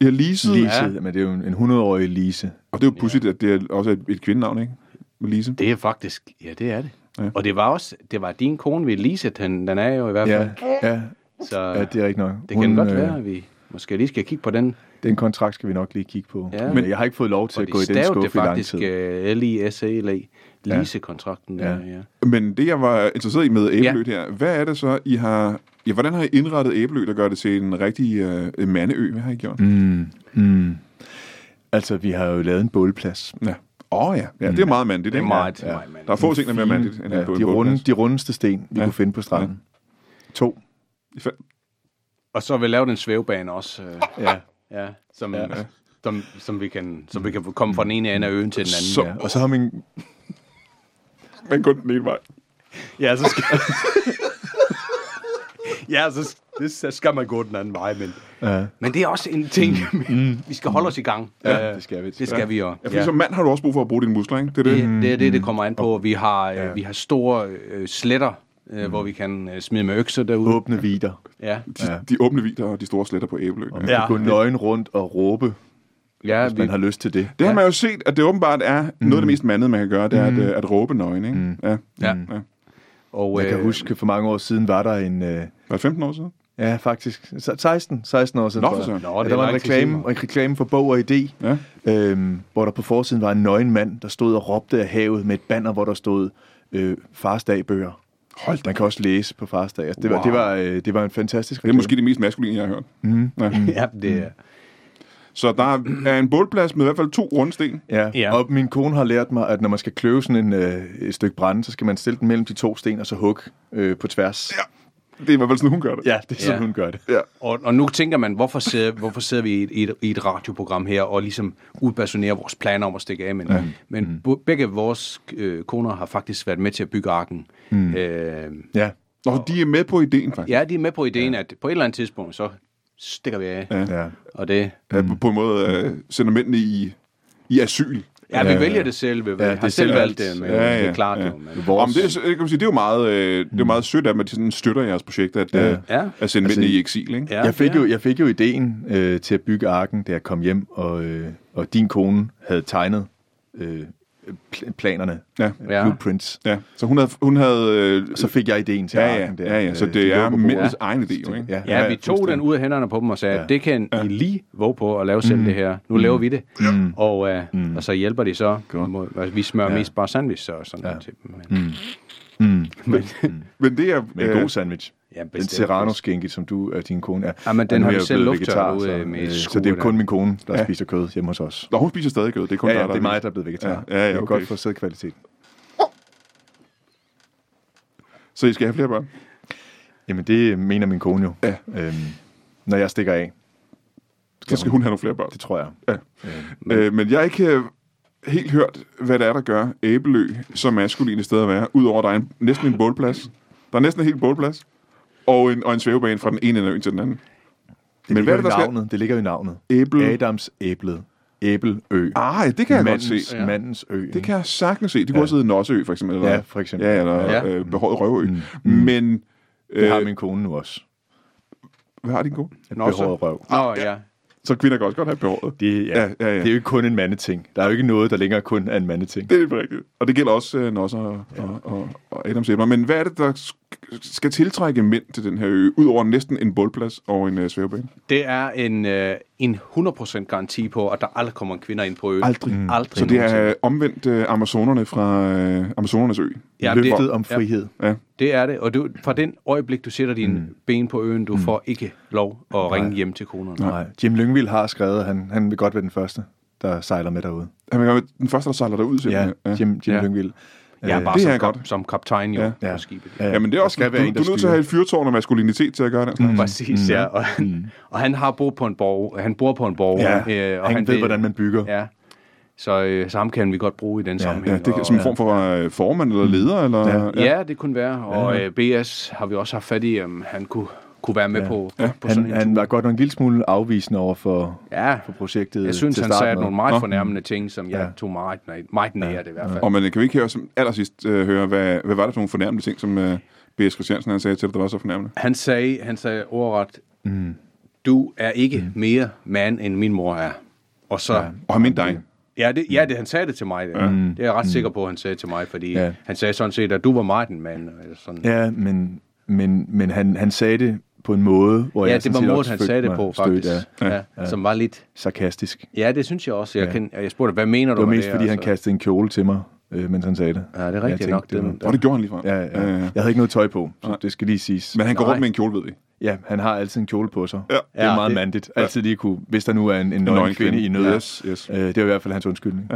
Speaker 1: I har leaset,
Speaker 2: Lise, ja. men det er jo en en 100-årig Lise.
Speaker 1: og det er jo pudsigt, at det er også et, et kvindenavn, ikke? Lise.
Speaker 3: Det er faktisk, ja, det er det. Ja.
Speaker 1: Ja.
Speaker 3: Og det var også, det var din kone, vi leasede den, den er jo i hvert fald.
Speaker 2: Ja,
Speaker 3: Ja.
Speaker 2: ja,
Speaker 3: Så
Speaker 2: ja, det er rigtigt nok.
Speaker 3: det kan godt
Speaker 2: øh,
Speaker 3: være, at vi måske lige skal kigge på den.
Speaker 2: Den kontrakt skal vi nok lige kigge på.
Speaker 3: Ja.
Speaker 2: Ja. Men jeg har ikke fået lov til
Speaker 3: Og
Speaker 2: at gå i
Speaker 3: de
Speaker 2: den
Speaker 3: stavte det
Speaker 2: skuffe i lang
Speaker 3: faktisk
Speaker 2: tid.
Speaker 3: øh, L-I-S-E-L-E, leasekontrakten. Ja. Der,
Speaker 2: Ja.
Speaker 3: ja.
Speaker 1: Men det, jeg var interesseret i med æbelø
Speaker 3: Ja.
Speaker 1: ja. her, hvad er det så, I har... Ja, hvordan har I indrettet æbelø, der gør det til en rigtig øh, mandeø? Hvad har I gjort? Mm.
Speaker 2: Altså, vi har jo lavet en bålplads.
Speaker 1: Ja. Åh oh, ja. ja, det er meget mandigt.
Speaker 3: Det er
Speaker 1: ikke?
Speaker 3: meget,
Speaker 2: ja.
Speaker 3: meget mand.
Speaker 1: Der er få ting, der er mere mandigt, end
Speaker 2: Ja,
Speaker 1: ja, på en
Speaker 2: de, runde,
Speaker 1: bådplads.
Speaker 2: de rundeste sten, vi
Speaker 1: Ja.
Speaker 2: ja. kunne finde på stranden. Ja. To.
Speaker 1: I fa-
Speaker 3: Og så har vi lavet en svævebane også, øh,
Speaker 2: Ja.
Speaker 3: ja, som, ja. Som, som, vi kan, som vi kan komme fra den ene ende af øen til den anden.
Speaker 1: Så-
Speaker 3: ja.
Speaker 2: ja. Og så har min...
Speaker 1: Men kun den ene vej.
Speaker 3: Ja, så skal... ja, så, det, så skal man gå den anden vej, men...
Speaker 2: Ja.
Speaker 3: Men det er også en ting, mm. vi skal holde os i gang. Ja,
Speaker 2: det skal vi.
Speaker 3: Det skal ja. vi også.
Speaker 1: Ja, fordi ja. som mand har du også brug for at bruge dine muskler, ikke? Det er det.
Speaker 3: Det, det er det, det kommer an på. Vi har, øh, vi har store øh, sletter,
Speaker 2: Mm.
Speaker 3: øh, hvor vi kan øh, smide med økser derude.
Speaker 2: Åbne vider.
Speaker 3: Ja,
Speaker 1: De,
Speaker 2: Ja.
Speaker 1: de åbne vider og de store sletter på æbelø. Ja.
Speaker 2: Ja. Gå nøgen rundt og råbe,
Speaker 3: ja
Speaker 2: hvis
Speaker 3: vi,
Speaker 2: man har lyst til det.
Speaker 1: Det har man jo set, at det åbenbart er noget af det mest mandede, man kan gøre, det er at, øh, at råbe nøgen, ikke? Mm. Ja.
Speaker 3: Ja.
Speaker 1: ja.
Speaker 3: og,
Speaker 2: Jeg kan
Speaker 3: øh,
Speaker 2: huske, for mange år siden var der en... Øh,
Speaker 1: Var det 15 år siden?
Speaker 2: Ja, faktisk. Se- 16, 16 år siden.
Speaker 1: Nå,
Speaker 2: tror
Speaker 1: for
Speaker 2: jeg.
Speaker 1: søren.
Speaker 3: Nå,
Speaker 2: ja,
Speaker 3: det
Speaker 2: der
Speaker 3: er
Speaker 2: var en
Speaker 3: lang tid siden,
Speaker 2: reklame, en reklame for Bog og Idé,
Speaker 1: Ja.
Speaker 2: øhm, hvor der på forsiden var en nøgen mand, der stod og råbte af havet med et banner, hvor der stod øh, Fars Dag-bøger. Hold man kan også læse på Fars Dag. Altså, det,
Speaker 3: Wow.
Speaker 2: var, det, var, øh, det var en
Speaker 1: Det
Speaker 2: fantastisk reklame.
Speaker 1: er måske det mest maskuline, jeg har hørt. Mm. Ja.
Speaker 3: ja, det er...
Speaker 1: Så der er en bålplads med i hvert fald to runde sten.
Speaker 2: Ja.
Speaker 3: Ja.
Speaker 2: ja, og min kone har lært mig, at når man skal kløve sådan en, øh, et stykke brænde, så skal man stille den mellem de to sten og så hugge øh, på tværs. Ja,
Speaker 1: Det er i hvert fald sådan, hun gør det.
Speaker 2: ja det er sådan,
Speaker 3: Ja.
Speaker 2: hun gør det.
Speaker 1: Ja.
Speaker 3: Og, og nu tænker man, hvorfor sidder, hvorfor sidder vi i et, i, et, i et radioprogram her og ligesom udpersonerer vores planer om at stikke af? Men, ja. men Mm. bo- begge vores øh, koner har faktisk været med til at bygge arken. Mm. Øh,
Speaker 2: Ja.
Speaker 1: Nå, de er med på ideen, faktisk.
Speaker 3: Ja, de er med på ideen, ja. at på et eller andet tidspunkt, så stikker vi af. Ja.
Speaker 2: Ja.
Speaker 3: Og det,
Speaker 1: Ja, på, på en måde øh, sender mændene i, i asyl.
Speaker 3: ja, vi ja, vælger det selv. Vi ja, har
Speaker 2: det er
Speaker 3: det selv valgt
Speaker 2: selvvalgt.
Speaker 3: det, men
Speaker 1: Ja, ja,
Speaker 3: det er klart
Speaker 1: ja.
Speaker 3: ja. jo. Men,
Speaker 1: Vores. Om det, er så- kan man sige, det er jo meget, øh, det er jo meget sødt, at man sådan støtter jeres projekt, at, ja.
Speaker 3: Ja.
Speaker 1: at sende mændene i eksil. Ikke?
Speaker 3: ja,
Speaker 2: Jeg fik,
Speaker 3: ja.
Speaker 2: jo, jeg fik jo ideen øh, til at bygge arken, da jeg kom hjem, og, øh, og din kone havde tegnet øh, pl- planerne,
Speaker 1: Ja.
Speaker 2: ja.
Speaker 3: Ja.
Speaker 2: blueprints.
Speaker 1: ja. Så hun havde, hun havde øh,
Speaker 2: Så fik jeg ideen til
Speaker 1: ja, ja,
Speaker 2: arken der.
Speaker 1: ja, ja, så
Speaker 2: øh,
Speaker 1: det,
Speaker 2: lå
Speaker 1: er
Speaker 2: på bordet.
Speaker 1: mændenes egen idé, jo, ikke?
Speaker 2: Ja.
Speaker 3: Ja, vi tog den ud af hænderne på dem og sagde, ja. det kan ja. I lige våge på at lave selv det her. Nu laver vi det. Og, uh, mm. og så hjælper de så. Mod, altså, vi smører ja. mest bare sandwich så, og sådan ja. noget til dem. Men, mm. Men, mm.
Speaker 1: Men det er... øh,
Speaker 2: Med en god sandwich.
Speaker 3: Ja,
Speaker 2: den
Speaker 3: bestemt.
Speaker 2: serrano skinke, som du og din kone er.
Speaker 3: Ja, men den
Speaker 2: Og nu
Speaker 3: har
Speaker 2: er
Speaker 3: vi
Speaker 2: jeg jo
Speaker 3: selv
Speaker 2: blevet
Speaker 3: lufttørt
Speaker 2: vegetar,
Speaker 3: ude
Speaker 2: så,
Speaker 3: med
Speaker 2: øh, Så
Speaker 3: skruer
Speaker 2: det er
Speaker 3: der.
Speaker 2: kun min kone, der ja. spiser kød hjemme hos os.
Speaker 1: Nå, hun spiser stadig kød. Det er kun
Speaker 2: Ja,
Speaker 1: dig,
Speaker 2: ja,
Speaker 1: der
Speaker 2: det er mig, der er blevet vegetar.
Speaker 1: Ja, ja,
Speaker 2: Det er
Speaker 1: okay.
Speaker 2: godt for sædkvalitet.
Speaker 1: Så I skal have flere børn?
Speaker 2: Jamen, det øh, mener min kone jo.
Speaker 1: Ja.
Speaker 2: Øhm, når jeg stikker af,
Speaker 1: Så skal hun have nogle flere børn.
Speaker 2: det tror jeg.
Speaker 1: Øh, men jeg har ikke øh, helt hørt, hvad det er, der gør Æbelø så maskuline sted at være, udover at der er en, næsten en bålplads. Der er næsten en hel bålplads, og en, og en svævebane fra den ene ende af øen til den anden.
Speaker 2: Det
Speaker 1: Men
Speaker 2: men
Speaker 1: hvad
Speaker 2: ligger
Speaker 1: er det, der
Speaker 2: i
Speaker 1: skal-
Speaker 2: navnet. Det ligger i navnet.
Speaker 1: Æble.
Speaker 2: Adams æblet. Æbelø.
Speaker 1: Ah, det kan jeg
Speaker 2: mandens,
Speaker 1: godt se.
Speaker 2: Ja. Mandens ø.
Speaker 1: Det kan jeg sagtens se. Det kunne også hedde Nosseø, for eksempel. Eller,
Speaker 2: Ja, for eksempel.
Speaker 1: Ja, eller ja.
Speaker 3: Ja.
Speaker 1: Øh, Behåret Røvø. Mm. Men, øh,
Speaker 2: det har min kone nu også.
Speaker 1: hvad har din kone?
Speaker 2: Et
Speaker 3: Nå, så-
Speaker 2: behåret røv.
Speaker 3: Nå, ja.
Speaker 1: Så kvinder kan også godt have behåret.
Speaker 2: Det, ja.
Speaker 1: Ja, ja, ja.
Speaker 2: det er jo ikke kun en mandeting. Der er jo ikke noget, der længere kun er en mandeting.
Speaker 1: Det er det rigtigt. Og det gælder også øh, Nosser og, ja. og, og, og Adams æbler. Men hvad er det, der sk- skal tiltrække mænd til den her ø, udover næsten en bålplads og en øh, svævebane?
Speaker 3: Det er en, øh, en 100% garanti på, at der aldrig kommer en kvinder ind på øen.
Speaker 1: Aldrig. Mm.
Speaker 3: Aldrig
Speaker 1: Så det
Speaker 3: nogensinde.
Speaker 1: er øh, omvendt øh, Amazonerne fra øh, Amazonernes ø.
Speaker 3: Ja,
Speaker 1: Løftet
Speaker 3: det-
Speaker 1: op.
Speaker 2: Løftet om
Speaker 3: Ja.
Speaker 2: frihed.
Speaker 1: ja.
Speaker 3: Det er det, og du, fra den øjeblik, du sætter dine mm. ben på øen, du mm. får ikke lov at ringe Nej. hjem til konerne. Nej.
Speaker 2: Nej. Jim Lyngvild har skrevet, at han, han vil godt være den første, der sejler med derude.
Speaker 1: Han vil gøre- Den første, der sejler derud,
Speaker 2: Ja,
Speaker 1: simpelthen.
Speaker 2: Jim, Jim ja.
Speaker 3: Ja.
Speaker 2: Lyngvild.
Speaker 3: Jeg er bare
Speaker 1: det
Speaker 3: som,
Speaker 1: er
Speaker 3: kap,
Speaker 1: godt.
Speaker 3: som kaptajn jo
Speaker 1: Ja.
Speaker 3: ja.
Speaker 2: Ja.
Speaker 3: på skibet.
Speaker 1: Ja, men det er også,
Speaker 2: Der
Speaker 1: du,
Speaker 2: skal være en,
Speaker 1: du,
Speaker 2: der
Speaker 1: er nødt til at have et fyrtårn og maskulinitet til at gøre det. Mm.
Speaker 3: Præcis, mm. ja. Og han, mm. og han har boet på en borg, han bor på en borg.
Speaker 2: Ja,
Speaker 3: Øh, og
Speaker 2: han, ved,
Speaker 3: vil-
Speaker 2: hvordan man bygger.
Speaker 3: Ja. Så, øh, så ham kan vi godt bruge i den ja, sammenhæng.
Speaker 1: Ja, det er
Speaker 3: og,
Speaker 1: som en form for øh, formand
Speaker 2: Mm.
Speaker 1: eller leder. Eller, ja.
Speaker 3: ja, det kunne være. Og øh, BS har vi også haft fat i, om han kunne, kunne være med ja. på, ja. på sådan
Speaker 2: Han,
Speaker 3: en
Speaker 2: han var godt nok en lille smule afvisende over for,
Speaker 3: Ja,
Speaker 2: for projektet
Speaker 3: jeg synes,
Speaker 2: til
Speaker 3: han
Speaker 2: start
Speaker 3: sagde
Speaker 2: med.
Speaker 3: nogle
Speaker 1: Nå.
Speaker 3: meget fornærmende ting, som jeg tog meget, nær- meget nære det i hvert fald.
Speaker 1: Og man kan vi ikke høre, som allersidst øh, høre, hvad, hvad var det for nogle fornærmende ting, som øh, B.S. Christiansen han sagde til dig, der var så fornærmende?
Speaker 3: Han sagde, han sagde ordret, mm. du er ikke mm. mere mand, end min mor er. Og så, ja,
Speaker 1: Og han mente dig.
Speaker 3: ja, det, ja det, han sagde det til mig. Det, det er jeg ret sikker på, han sagde til mig, fordi
Speaker 2: Ja.
Speaker 3: ja. han sagde sådan set, at du var meget en mand. Eller sådan.
Speaker 2: Ja, men, men, men han, han sagde det på en måde, hvor
Speaker 3: ja
Speaker 2: jeg
Speaker 3: det var
Speaker 2: sådan set
Speaker 3: måden,
Speaker 2: også
Speaker 3: han
Speaker 2: følte
Speaker 3: sagde det
Speaker 2: mig
Speaker 3: på,
Speaker 2: stødt
Speaker 3: faktisk.
Speaker 2: af.
Speaker 3: Ja, ja. Som var lidt...
Speaker 2: Sarkastisk. Det
Speaker 3: Ja, det synes jeg også. Jeg, ja. kan, jeg spurgte, hvad mener du
Speaker 2: var
Speaker 3: med
Speaker 2: mest,
Speaker 3: det?
Speaker 2: fordi
Speaker 3: Og
Speaker 2: han
Speaker 3: så-
Speaker 2: kastede en kjole til mig, øh, mens han sagde det.
Speaker 3: Ja, det er
Speaker 2: Jeg
Speaker 3: rigtigt nok, det-
Speaker 2: var-
Speaker 1: Og det gjorde han lige fra.
Speaker 2: Ja, ja. Øh, Jeg havde ikke noget tøj på, så det skal lige siges.
Speaker 1: Men han går
Speaker 3: Nej.
Speaker 1: rundt med en kjole, ved vi.
Speaker 2: Ja, han har altid en kjole på sig.
Speaker 1: Ja.
Speaker 2: Det er
Speaker 3: Ja,
Speaker 2: meget
Speaker 3: det-
Speaker 2: mandigt. Altid lige kunne, hvis der nu er en, en nøgen
Speaker 1: nøgen
Speaker 2: kvinde
Speaker 1: kvinde.
Speaker 2: i nød.
Speaker 1: Yes, yes.
Speaker 2: Øh, det var i hvert fald hans undskyldning.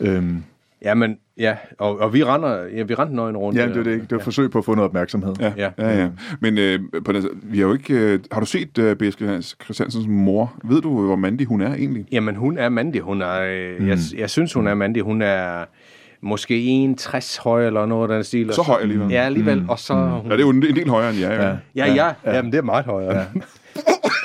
Speaker 2: Ja. Øhm,
Speaker 3: Ja, men, ja, og, og vi render, ja, vi render nøgen rundt. øh,
Speaker 2: ja, det var det ikke. Det var et forsøg på at få noget opmærksomhed.
Speaker 3: Ja.
Speaker 1: ja, ja. Men øh, på den, vi har jo ikke... Øh, har du set øh, B.S. Christiansens mor? Ved du, hvor mandig hun er egentlig?
Speaker 3: Jamen, hun er mandig. Hun er, øh, mm. jeg, jeg synes, hun er mandig. Hun er måske 1,60 høj eller noget af den stil. og
Speaker 1: Så høj alligevel.
Speaker 3: Ja, alligevel. Mm. Og så er hun...
Speaker 1: Ja, det er jo en, en del højere end jeg. Ja.
Speaker 3: Ja, ja. ja. Jamen, det er meget højere. Ja. så,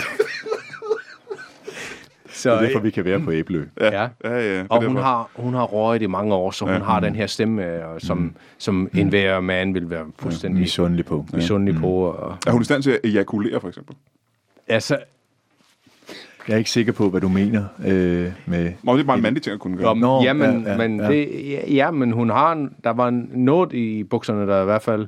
Speaker 2: Det er derfor, vi kan være på æblø.
Speaker 3: ja.
Speaker 1: Ja, ja, det er
Speaker 3: Og hun
Speaker 1: derfor.
Speaker 3: har, hun har røget i mange år, så hun har den her stemme, og som, som enhver mand vil være fuldstændig
Speaker 2: Misundelig på. Ja. Mm.
Speaker 3: misundelig på. Og,
Speaker 1: Er hun i stand til at ejakulere, for eksempel?
Speaker 3: altså,
Speaker 2: Jeg er ikke sikker på, hvad du mener øh, med...
Speaker 1: Nå, det er bare en mandig ting at kunne gøre.
Speaker 3: Om,
Speaker 2: Nå,
Speaker 3: Nå, jamen,
Speaker 2: ja,
Speaker 3: ja,
Speaker 2: ja,
Speaker 3: ja, men
Speaker 2: ja.
Speaker 3: ja. Det, ja, ja, men hun har, en- der var en- noget i bukserne, der i hvert fald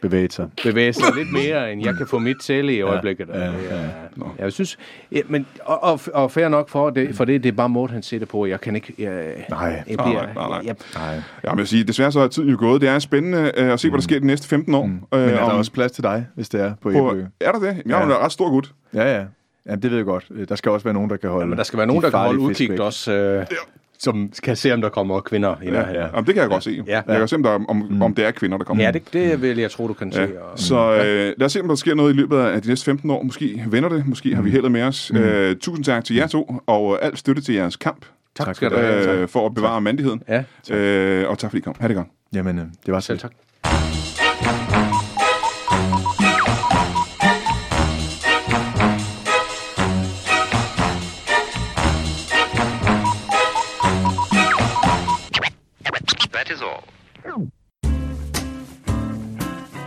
Speaker 2: bevæge sig.
Speaker 3: bevæger sig lidt mere, end jeg kan få mit til i øjeblikket. Ja, ja, ja. Jeg synes, ja, men, og, og, og fair nok for det, for det, det er bare måden, han sætter på. Jeg kan ikke... Jeg,
Speaker 2: Nej.
Speaker 3: jeg
Speaker 1: Nej,
Speaker 3: bliver,
Speaker 1: nej, nej.
Speaker 3: Jeg,
Speaker 2: Nej.
Speaker 1: Ja, men jeg siger, desværre så er tiden jo gået. Det er spændende øh, at se,
Speaker 3: Mm.
Speaker 1: hvad der sker de næste 15 år. Men
Speaker 3: Øh,
Speaker 2: Men er der også plads til dig, hvis det er på
Speaker 1: på,
Speaker 2: æblø?
Speaker 1: er der det? Jamen, Jeg er jo en ret stor gut.
Speaker 2: Ja, ja. Jamen, det ved jeg godt. Øh, Der skal også være nogen, der kan holde
Speaker 3: men der skal være nogen,
Speaker 2: de
Speaker 3: der kan holde
Speaker 2: farlige fisk
Speaker 3: udkig
Speaker 2: væk.
Speaker 3: også, øh, som kan se, om der kommer kvinder ind ja, her.
Speaker 1: Jamen, det kan jeg godt se. Jeg kan se, om, der, er- om, om det er kvinder, der kommer.
Speaker 3: Ja, det, det vil jeg tro, du kan se. Og,
Speaker 1: Så øh, lad os se, om der sker noget i løbet af de næste 15 år. Måske vender det, måske
Speaker 3: Mm.
Speaker 1: har vi heldet med os. Øh, tusind tak til jer to, og øh, alt støtte til jeres kamp
Speaker 3: tak skal du have.
Speaker 1: øh, for at bevare mandigheden.
Speaker 3: Ja.
Speaker 1: Øh, og tak fordi I kom. Ha' det godt.
Speaker 2: Jamen, øh, det var selv.
Speaker 3: Selv tak.